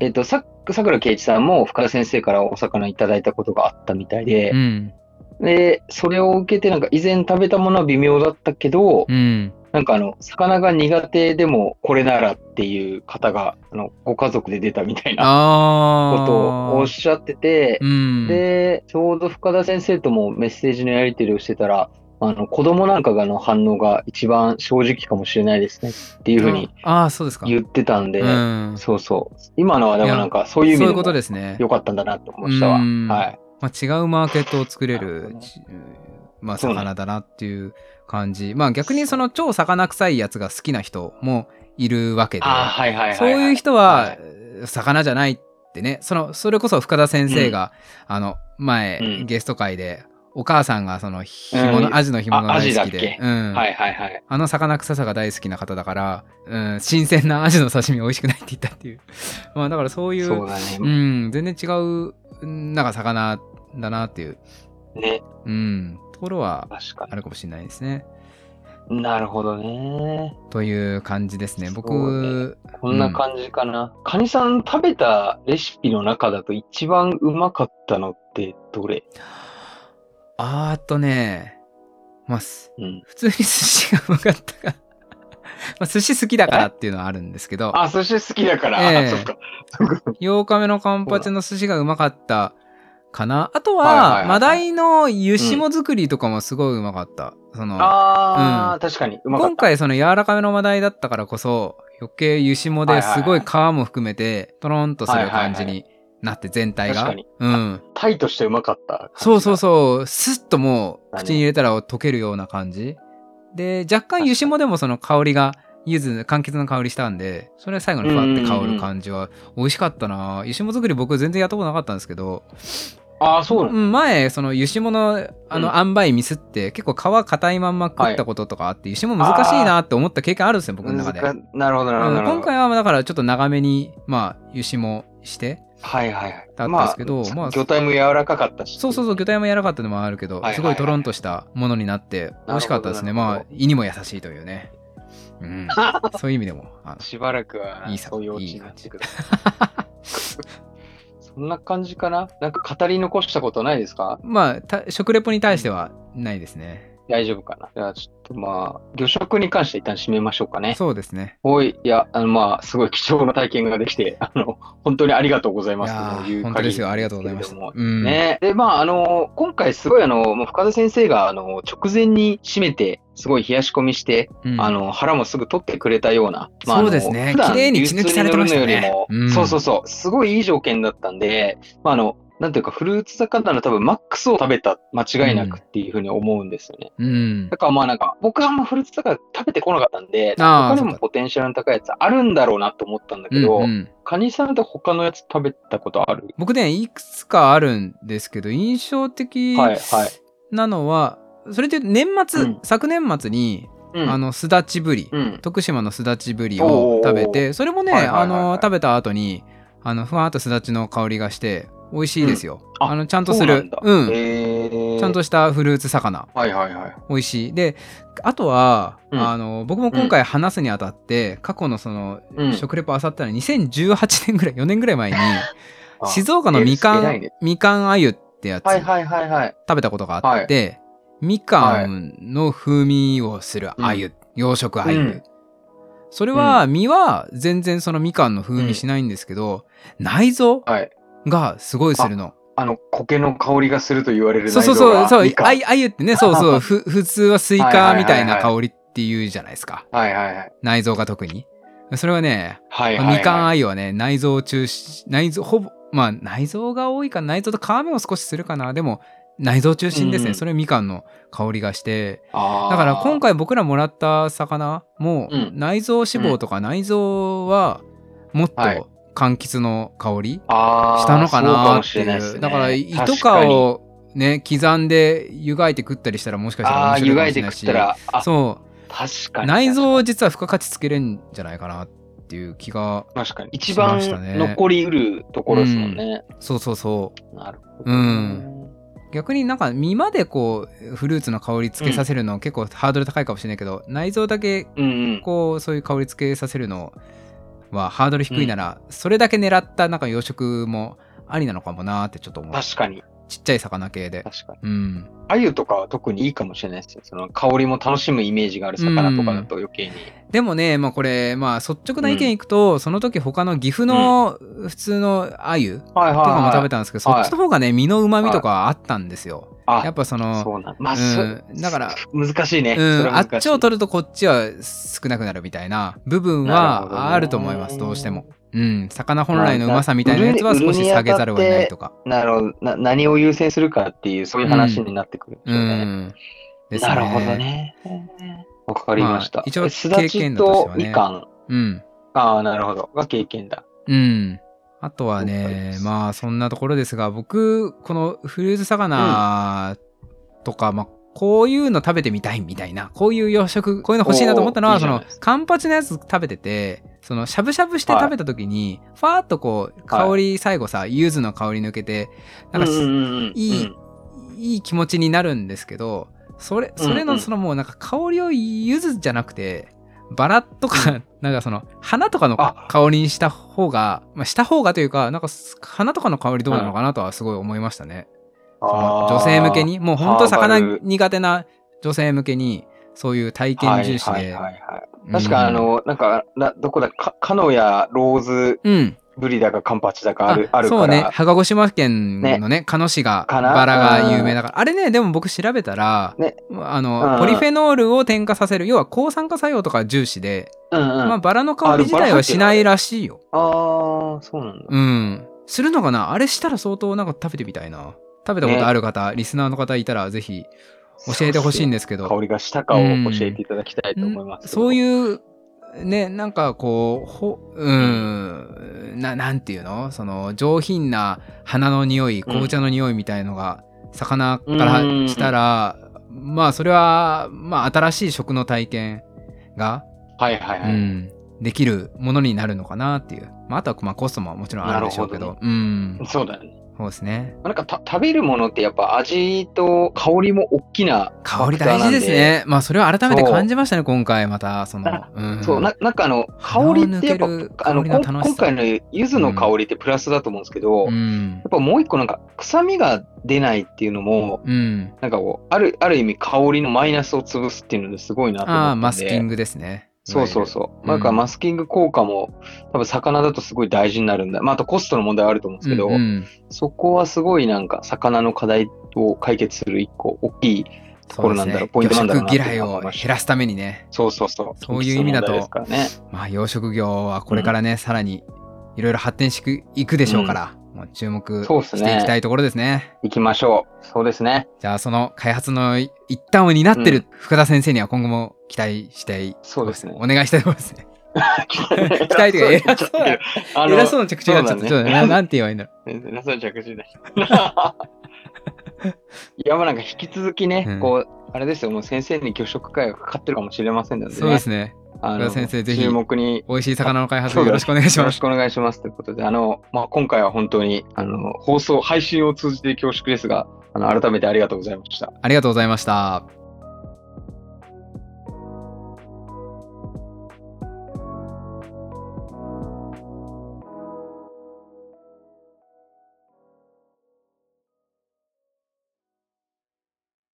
Speaker 2: えっ、と、ささくらけいちさんも深田先生からお魚いただいたことがあったみたいで
Speaker 1: う、ん
Speaker 2: で、それを受けて、なんか以前食べたものは微妙だったけど、
Speaker 1: うん
Speaker 2: なんかあの、魚が苦手でもこれならっていう方が、あの、ご家族で出たみたいな
Speaker 1: あ
Speaker 2: ことをおっ
Speaker 1: し
Speaker 2: しゃってて
Speaker 1: う、ん
Speaker 2: で、ちょうど深田先生ともメッセージのやり取りをしてたら、あの、子供なんかがの反応が一番正直かもしれないですねっていうふうに
Speaker 1: ああーそうですか
Speaker 2: 言ってたんで、
Speaker 1: うん
Speaker 2: そうそう。今のはでもなんかそういう意
Speaker 1: そういう
Speaker 2: 味
Speaker 1: こと
Speaker 2: で
Speaker 1: ですね
Speaker 2: もよかったんだなと思いましたわ。
Speaker 1: うん
Speaker 2: はい。
Speaker 1: まあ、違うマーケットを作れ
Speaker 2: なるほ
Speaker 1: る
Speaker 2: どね
Speaker 1: ちまあ、
Speaker 2: そうね
Speaker 1: 魚だなっていう感じ、まあ逆にその超魚臭いやつが好きな人もいるわけで、
Speaker 2: ああ、はいはいはい、はい。
Speaker 1: そういう人は
Speaker 2: はい、
Speaker 1: 魚じゃないってねそのそれこそ深田先生が、あの前、
Speaker 2: うん
Speaker 1: ゲスト会でお母さんがその干物、
Speaker 2: うん
Speaker 1: アジの干物が
Speaker 2: あア
Speaker 1: 大
Speaker 2: ジ
Speaker 1: 好
Speaker 2: だっ
Speaker 1: き
Speaker 2: け
Speaker 1: で、うん
Speaker 2: はいはいはい。
Speaker 1: あの魚臭さが大好きな方だから、うん、新鮮なアジの刺身美味しくないって言ったっていう まあだからそういう
Speaker 2: そうだね。
Speaker 1: うん、全然違ううん、なんか魚だなっていう、
Speaker 2: ね、
Speaker 1: うん、ところは
Speaker 2: 確かに
Speaker 1: あ。るかもしれないですね。
Speaker 2: なるほどね。
Speaker 1: という感じですね。
Speaker 2: そう
Speaker 1: 僕、
Speaker 2: こんな感じかな。カニさん食べたレシピの中だと一番うまかったのってどれ
Speaker 1: あーっとね、まあ、す
Speaker 2: うん。
Speaker 1: 普通に寿司がうまかったから。 まあ、寿司好きだからっていうのはあるんですけど、
Speaker 2: あ、寿司好きだから。
Speaker 1: ええ
Speaker 2: あ、そっか。
Speaker 1: 8日目のカンパチの寿司がうまかったかな。あとは、
Speaker 2: はいはいはい
Speaker 1: マダイの湯霜作りとかもすごいうまかった。その、
Speaker 2: あー、確かに。うまかっ
Speaker 1: 今回その柔らかめのマダイだったからこそ、余計湯霜ですごい皮も含めて、トロンとする感じになって全体が。
Speaker 2: はいはい
Speaker 1: うん。
Speaker 2: た。タイとしてうまかった。
Speaker 1: そうそうそう。スッともう
Speaker 2: だね
Speaker 1: 口に入れたら溶けるような感じ。で、若干湯霜でもその香りが、柚子、柑橘の香りしたんで、それは最後にふわって香る感じは美味しかったな湯霜作り僕全然やったことなかったんですけど、
Speaker 2: あー、そうな
Speaker 1: う
Speaker 2: の
Speaker 1: ん、前、その湯霜のあ
Speaker 2: う
Speaker 1: の
Speaker 2: ん
Speaker 1: 塩梅ミスって、結構皮硬いまんま食ったこととかあって、湯霜難しいなって思った経験あるんですよ、僕の中で。
Speaker 2: 難かなるほど、なるほど。
Speaker 1: う
Speaker 2: なんるほど
Speaker 1: 今回はだからちょっと長めに、まあ、湯霜して、
Speaker 2: はいはいはい。
Speaker 1: だったんですけどま
Speaker 2: ま
Speaker 1: あ
Speaker 2: あ、魚体も柔らかかったし。
Speaker 1: そうそうそう、魚体も柔らかったのもあるけど
Speaker 2: はいは、い
Speaker 1: すごいトロンとしたものになって、美味しかったですね。
Speaker 2: なるほど
Speaker 1: まあ、胃にも優しいというね。うん。そういう意味でも。あの
Speaker 2: しばらくはい
Speaker 1: いさ
Speaker 2: そういうお家になってくる。 そんな感じかななんか語り残したことないですか
Speaker 1: まあ、た食レポに対してはないですね。
Speaker 2: 大丈夫かなじゃあちょっとまあ、魚食に関して一旦締めましょうかね。
Speaker 1: そうですね。
Speaker 2: おい、いや、あのまあ、すごい貴重な体験ができて、あの、本当にありがとうござい
Speaker 1: い
Speaker 2: ます
Speaker 1: や
Speaker 2: とい
Speaker 1: ー
Speaker 2: う
Speaker 1: 本当ですよ。ありがとうございまし
Speaker 2: 限
Speaker 1: た
Speaker 2: りです。けれども
Speaker 1: うん。
Speaker 2: ね、でまああの今回すごいあのもう深田先生があの直前に締めてすごい冷やし込みして
Speaker 1: うん
Speaker 2: あの腹もすぐ取ってくれたような、あ
Speaker 1: そうですね
Speaker 2: あの普段
Speaker 1: 綺麗に血抜きされてましたね
Speaker 2: 流通に乗るのより
Speaker 1: う
Speaker 2: も
Speaker 1: ん
Speaker 2: そうそうそう、すごいいい条件だったんで、まあ、あのなんていうか、フルーツ魚の多分マックスを食べた、間違いなくっていうふうに思うんですよね。
Speaker 1: うん
Speaker 2: だ。からまあなんか、僕はあんまフルーツ魚食べてこなかったんで、
Speaker 1: あー
Speaker 2: 他にもポテンシャルの高いやつあるんだろうなと思ったんだけど、
Speaker 1: うんうん
Speaker 2: カニさんと他のやつ食べたことある
Speaker 1: 僕ね、いくつかあるんですけど、印象的
Speaker 2: はいはい。
Speaker 1: なのは、それで年末、
Speaker 2: うん
Speaker 1: 昨年末に、
Speaker 2: うん、
Speaker 1: あの、すだちぶり。
Speaker 2: うん。
Speaker 1: 徳島のすだちぶりを食べてそれもね、
Speaker 2: はいはいはいはい
Speaker 1: あの食べた後にあのふわーっとすだちの香りがして美味しいですよ、
Speaker 2: うんあ
Speaker 1: あのちゃんと
Speaker 2: そ
Speaker 1: す
Speaker 2: うな
Speaker 1: る
Speaker 2: んだ。
Speaker 1: うん、
Speaker 2: えー
Speaker 1: ちゃんとしたフルーツ魚
Speaker 2: はいはいはい。
Speaker 1: 美味しいであとは、
Speaker 2: うん
Speaker 1: あの僕も今回話すにあたって、過去のその、
Speaker 2: うん
Speaker 1: 食レポあさったら2018年ぐらい4年ぐらい前に
Speaker 2: あ
Speaker 1: 静岡のみか
Speaker 2: 偉
Speaker 1: ん、
Speaker 2: いね
Speaker 1: みかんあゆってやつ、
Speaker 2: はいはいはいはい。
Speaker 1: 食べたことがあって、みかんの風味をする鮎、養殖鮎、
Speaker 2: うん
Speaker 1: それは身は全然そのみかんの風味しないんですけど、内臓
Speaker 2: はい。
Speaker 1: がすごいするの。
Speaker 2: あの、苔の香りがすると言われる
Speaker 1: そう
Speaker 2: 内
Speaker 1: そ
Speaker 2: 臓
Speaker 1: うそう
Speaker 2: が
Speaker 1: そう
Speaker 2: みかん
Speaker 1: あゆあゆってねそう そうふ普通はスイカみたい
Speaker 2: はいはい
Speaker 1: な
Speaker 2: はいは
Speaker 1: 香りっていうじゃないですか
Speaker 2: はいはいはい。
Speaker 1: 内臓が特にそれはね
Speaker 2: はいはい、はい。
Speaker 1: みかん
Speaker 2: ん
Speaker 1: あゆはね内臓を中心内臓ほぼまあ内臓が多いか内臓と皮目を少しするかなでも内臓中心ですね、
Speaker 2: うん
Speaker 1: それみかんの香りがして
Speaker 2: あ
Speaker 1: だから今
Speaker 2: 回、
Speaker 1: 回僕らもらった魚も
Speaker 2: うん
Speaker 1: 内臓脂肪とか内臓はもっと
Speaker 2: はい
Speaker 1: 柑橘の香り
Speaker 2: あー
Speaker 1: したのか
Speaker 2: そうか
Speaker 1: な
Speaker 2: も
Speaker 1: っ
Speaker 2: してれない
Speaker 1: い
Speaker 2: です
Speaker 1: う
Speaker 2: ね。
Speaker 1: だから胃と
Speaker 2: 確か
Speaker 1: か
Speaker 2: に。
Speaker 1: をね刻んで湯がいて食ったりしたらもしかしたら
Speaker 2: あ
Speaker 1: 面
Speaker 2: あー、
Speaker 1: 白
Speaker 2: 湯
Speaker 1: いか
Speaker 2: が
Speaker 1: も
Speaker 2: い
Speaker 1: しれ
Speaker 2: て
Speaker 1: ない
Speaker 2: 食っ
Speaker 1: した
Speaker 2: ら、あ、
Speaker 1: そ
Speaker 2: 確か
Speaker 1: う
Speaker 2: に。
Speaker 1: 内臓を実は付加価値つけれんじゃないかなっていう気が
Speaker 2: 確かに。一
Speaker 1: し
Speaker 2: 番
Speaker 1: ましたね
Speaker 2: 残りうるところですもんね。
Speaker 1: そうそうそう
Speaker 2: なるほど、
Speaker 1: うん。逆になんか身までこうフルーツの香りつけさせるの結構ハードル高いかもしれないけど内臓だけ
Speaker 2: うんうん。
Speaker 1: こうそういう香り付けさせるのはハードル低いなら、それだけ狙ったなんか養殖もありなのかもなーってちょっと思う
Speaker 2: 確かに。
Speaker 1: ちっちゃい魚系で
Speaker 2: 確かに。
Speaker 1: うん
Speaker 2: 鮎とかは特にいいかもしれないですよ。その香りも楽しむイメージがある魚とかだと余計に。
Speaker 1: でもねまあこれまあ率直な意見いくと、その時他の岐阜の普通の鮎
Speaker 2: はいはい、
Speaker 1: とかも食べ
Speaker 2: た。
Speaker 1: たんですけど、
Speaker 2: はい
Speaker 1: そっちの方がね身のうまみとかあったんですよ、
Speaker 2: あ、
Speaker 1: やっぱその
Speaker 2: そうなんまあ、
Speaker 1: うんだから
Speaker 2: そ難しいね。
Speaker 1: う
Speaker 2: それ
Speaker 1: ん、あ
Speaker 2: は難しい
Speaker 1: っちを取るとこっちは少なくなるみたいな部分
Speaker 2: なるほどね
Speaker 1: はあると思いますどうしても、うん、魚本来のうまさみたいなやつは少し下げざるを得ないとか
Speaker 2: なるほどな。何を優先するかっていう、そういう話になってくるんで
Speaker 1: う
Speaker 2: すよね。
Speaker 1: ん。です
Speaker 2: なるほど。ね。わかりました。
Speaker 1: まあ一応
Speaker 2: すだ
Speaker 1: 経
Speaker 2: ち
Speaker 1: 験談として
Speaker 2: と
Speaker 1: はね
Speaker 2: みかん。
Speaker 1: うん。
Speaker 2: ああ、なるほど。が経験だ。
Speaker 1: うん。あとは
Speaker 2: 了解で
Speaker 1: ね、
Speaker 2: す
Speaker 1: まあそんなところですが、僕、このフルーツ魚とか、まあこういうの食べてみたいみたいな、こういう洋食、こういうの欲しいなと思ったの
Speaker 2: おー
Speaker 1: は、
Speaker 2: いいじ
Speaker 1: そ
Speaker 2: ゃない
Speaker 1: の
Speaker 2: です、
Speaker 1: カンパチのやつ食べてて、その、しゃぶしゃぶして食べた時に、ファーっとこう、香り、最後さ、柚子の香り抜けて、なんかし、
Speaker 2: うんうんうんうん
Speaker 1: いいいい気持ちになるんですけど、それそれ
Speaker 2: うんう
Speaker 1: の
Speaker 2: ん
Speaker 1: そのもうなんか香りを柚子じゃなくてバラとかなんかその花とかの
Speaker 2: あ
Speaker 1: 香りにした方がまあした方がというかなんかす花とかの香りどうなのかなとはすごい思いましたね、その女性向けにもうほんと魚
Speaker 2: ハーバル
Speaker 1: 苦手な女性向けにそういう体験重視で、
Speaker 2: はいはいはいはい
Speaker 1: うん
Speaker 2: 確かあの、なんか、などこだか、カノやローズ
Speaker 1: うん
Speaker 2: ブリだかカンパチだかあるある
Speaker 1: そ
Speaker 2: か
Speaker 1: うね
Speaker 2: ら。
Speaker 1: 鹿児島県のね鹿野市が
Speaker 2: かな
Speaker 1: バラが有名だからあれねでも僕調べたら、
Speaker 2: ね
Speaker 1: あ
Speaker 2: うんう
Speaker 1: の
Speaker 2: ん
Speaker 1: ポリフェノールを添加させる要は抗酸化作用とか重視で、
Speaker 2: うんうん。
Speaker 1: まあ、
Speaker 2: あ
Speaker 1: バラの香り自体はしないらしいよ
Speaker 2: あー、そうなんだ。
Speaker 1: うんするのかなあれしたら相当なんか食べてみたいな食べたことある方、リスナーの方いたらぜひ教えてほしいん
Speaker 2: で
Speaker 1: ですけ
Speaker 2: す
Speaker 1: ど
Speaker 2: 香りがしたかを教えていただきたいと思います。
Speaker 1: そう
Speaker 2: う。
Speaker 1: いうねなんかこうほうんななんていうのその上品な花の匂い紅茶の匂いみたいのが魚からしたら、まあそれは、まあ、新しい食の体験が、
Speaker 2: はいはいはい。
Speaker 1: うん、できるものになるのかなっていう、まあ、あとはまあコストももちろんあるでしょうけど
Speaker 2: なる
Speaker 1: うん
Speaker 2: そうだよね。
Speaker 1: そうですね
Speaker 2: なんかた食べるものってやっぱ味と香りも大きな
Speaker 1: 香り大事ですねまあそれは改めて感じましたね今回またその、うん、
Speaker 2: そう、ななんかあの、香りってやっ
Speaker 1: 鼻を抜ける
Speaker 2: ぱ、あの、
Speaker 1: 香り
Speaker 2: こ
Speaker 1: の
Speaker 2: ん
Speaker 1: 楽しさ
Speaker 2: 今回の柚子の香りってプラスだと思うんですけ
Speaker 1: う
Speaker 2: ど、や
Speaker 1: ん
Speaker 2: っぱもう一個なんか、臭みが出ないっていうのも、
Speaker 1: うん
Speaker 2: なんかこう、ある、ある意味香りのマイナスを潰すっていうのですごいなと思って。
Speaker 1: ああ、マスキン
Speaker 2: グ。
Speaker 1: グですね。
Speaker 2: そうそう
Speaker 1: う。
Speaker 2: そう。
Speaker 1: わ
Speaker 2: な
Speaker 1: ゆる
Speaker 2: んかマスキング効果も、多分魚だとすごい大事になるんだ。まあ、あとコストの問題はあると思うんですけど、
Speaker 1: うんうん
Speaker 2: そこはすごいなんか、魚の課題を解決する一個大きい。ところなんだろうポイントなんだろうな
Speaker 1: 養殖嫌いを
Speaker 2: って思いました
Speaker 1: 減らすためにね、
Speaker 2: そうそうそう。
Speaker 1: そういう意味だと
Speaker 2: 緊急の問題ですからね。
Speaker 1: まあ、養殖業はこれからね、さらにいろいろ発展していくでしょうから、もう注目
Speaker 2: そうっす
Speaker 1: し
Speaker 2: ね
Speaker 1: ていきたいところですね。
Speaker 2: 行きましょう。そうですね。
Speaker 1: じゃあ、その開発の一端を担って
Speaker 2: う
Speaker 1: る福田先生には今後も期待したい。
Speaker 2: そうですね
Speaker 1: お願いしたいと思いますね。
Speaker 2: 期
Speaker 1: 待と いうか偉そうだね偉そうな着地になっちゃった。
Speaker 2: そうだね
Speaker 1: ちょっとななんて言えばいいんだろ
Speaker 2: なさ着 地だ。いや、まあなんか引き続きね、
Speaker 1: うん
Speaker 2: こう、あれですよ、もう先生に魚食会がかかってるかもしれませんの
Speaker 1: う。
Speaker 2: で、ね、
Speaker 1: そうですね。
Speaker 2: あ
Speaker 1: 浦
Speaker 2: の
Speaker 1: 田先生ぜひ
Speaker 2: 注目に
Speaker 1: 美味しい魚の開発
Speaker 2: そ
Speaker 1: よ
Speaker 2: うだね
Speaker 1: ろしくお願いし
Speaker 2: よろ
Speaker 1: ま
Speaker 2: し
Speaker 1: す。
Speaker 2: くお願いしますということで、あの、まあ今回は本当に、あの、放送、配信を通じて恐縮ですが、あの、改めてありがとうございました。
Speaker 1: ありがとうございました。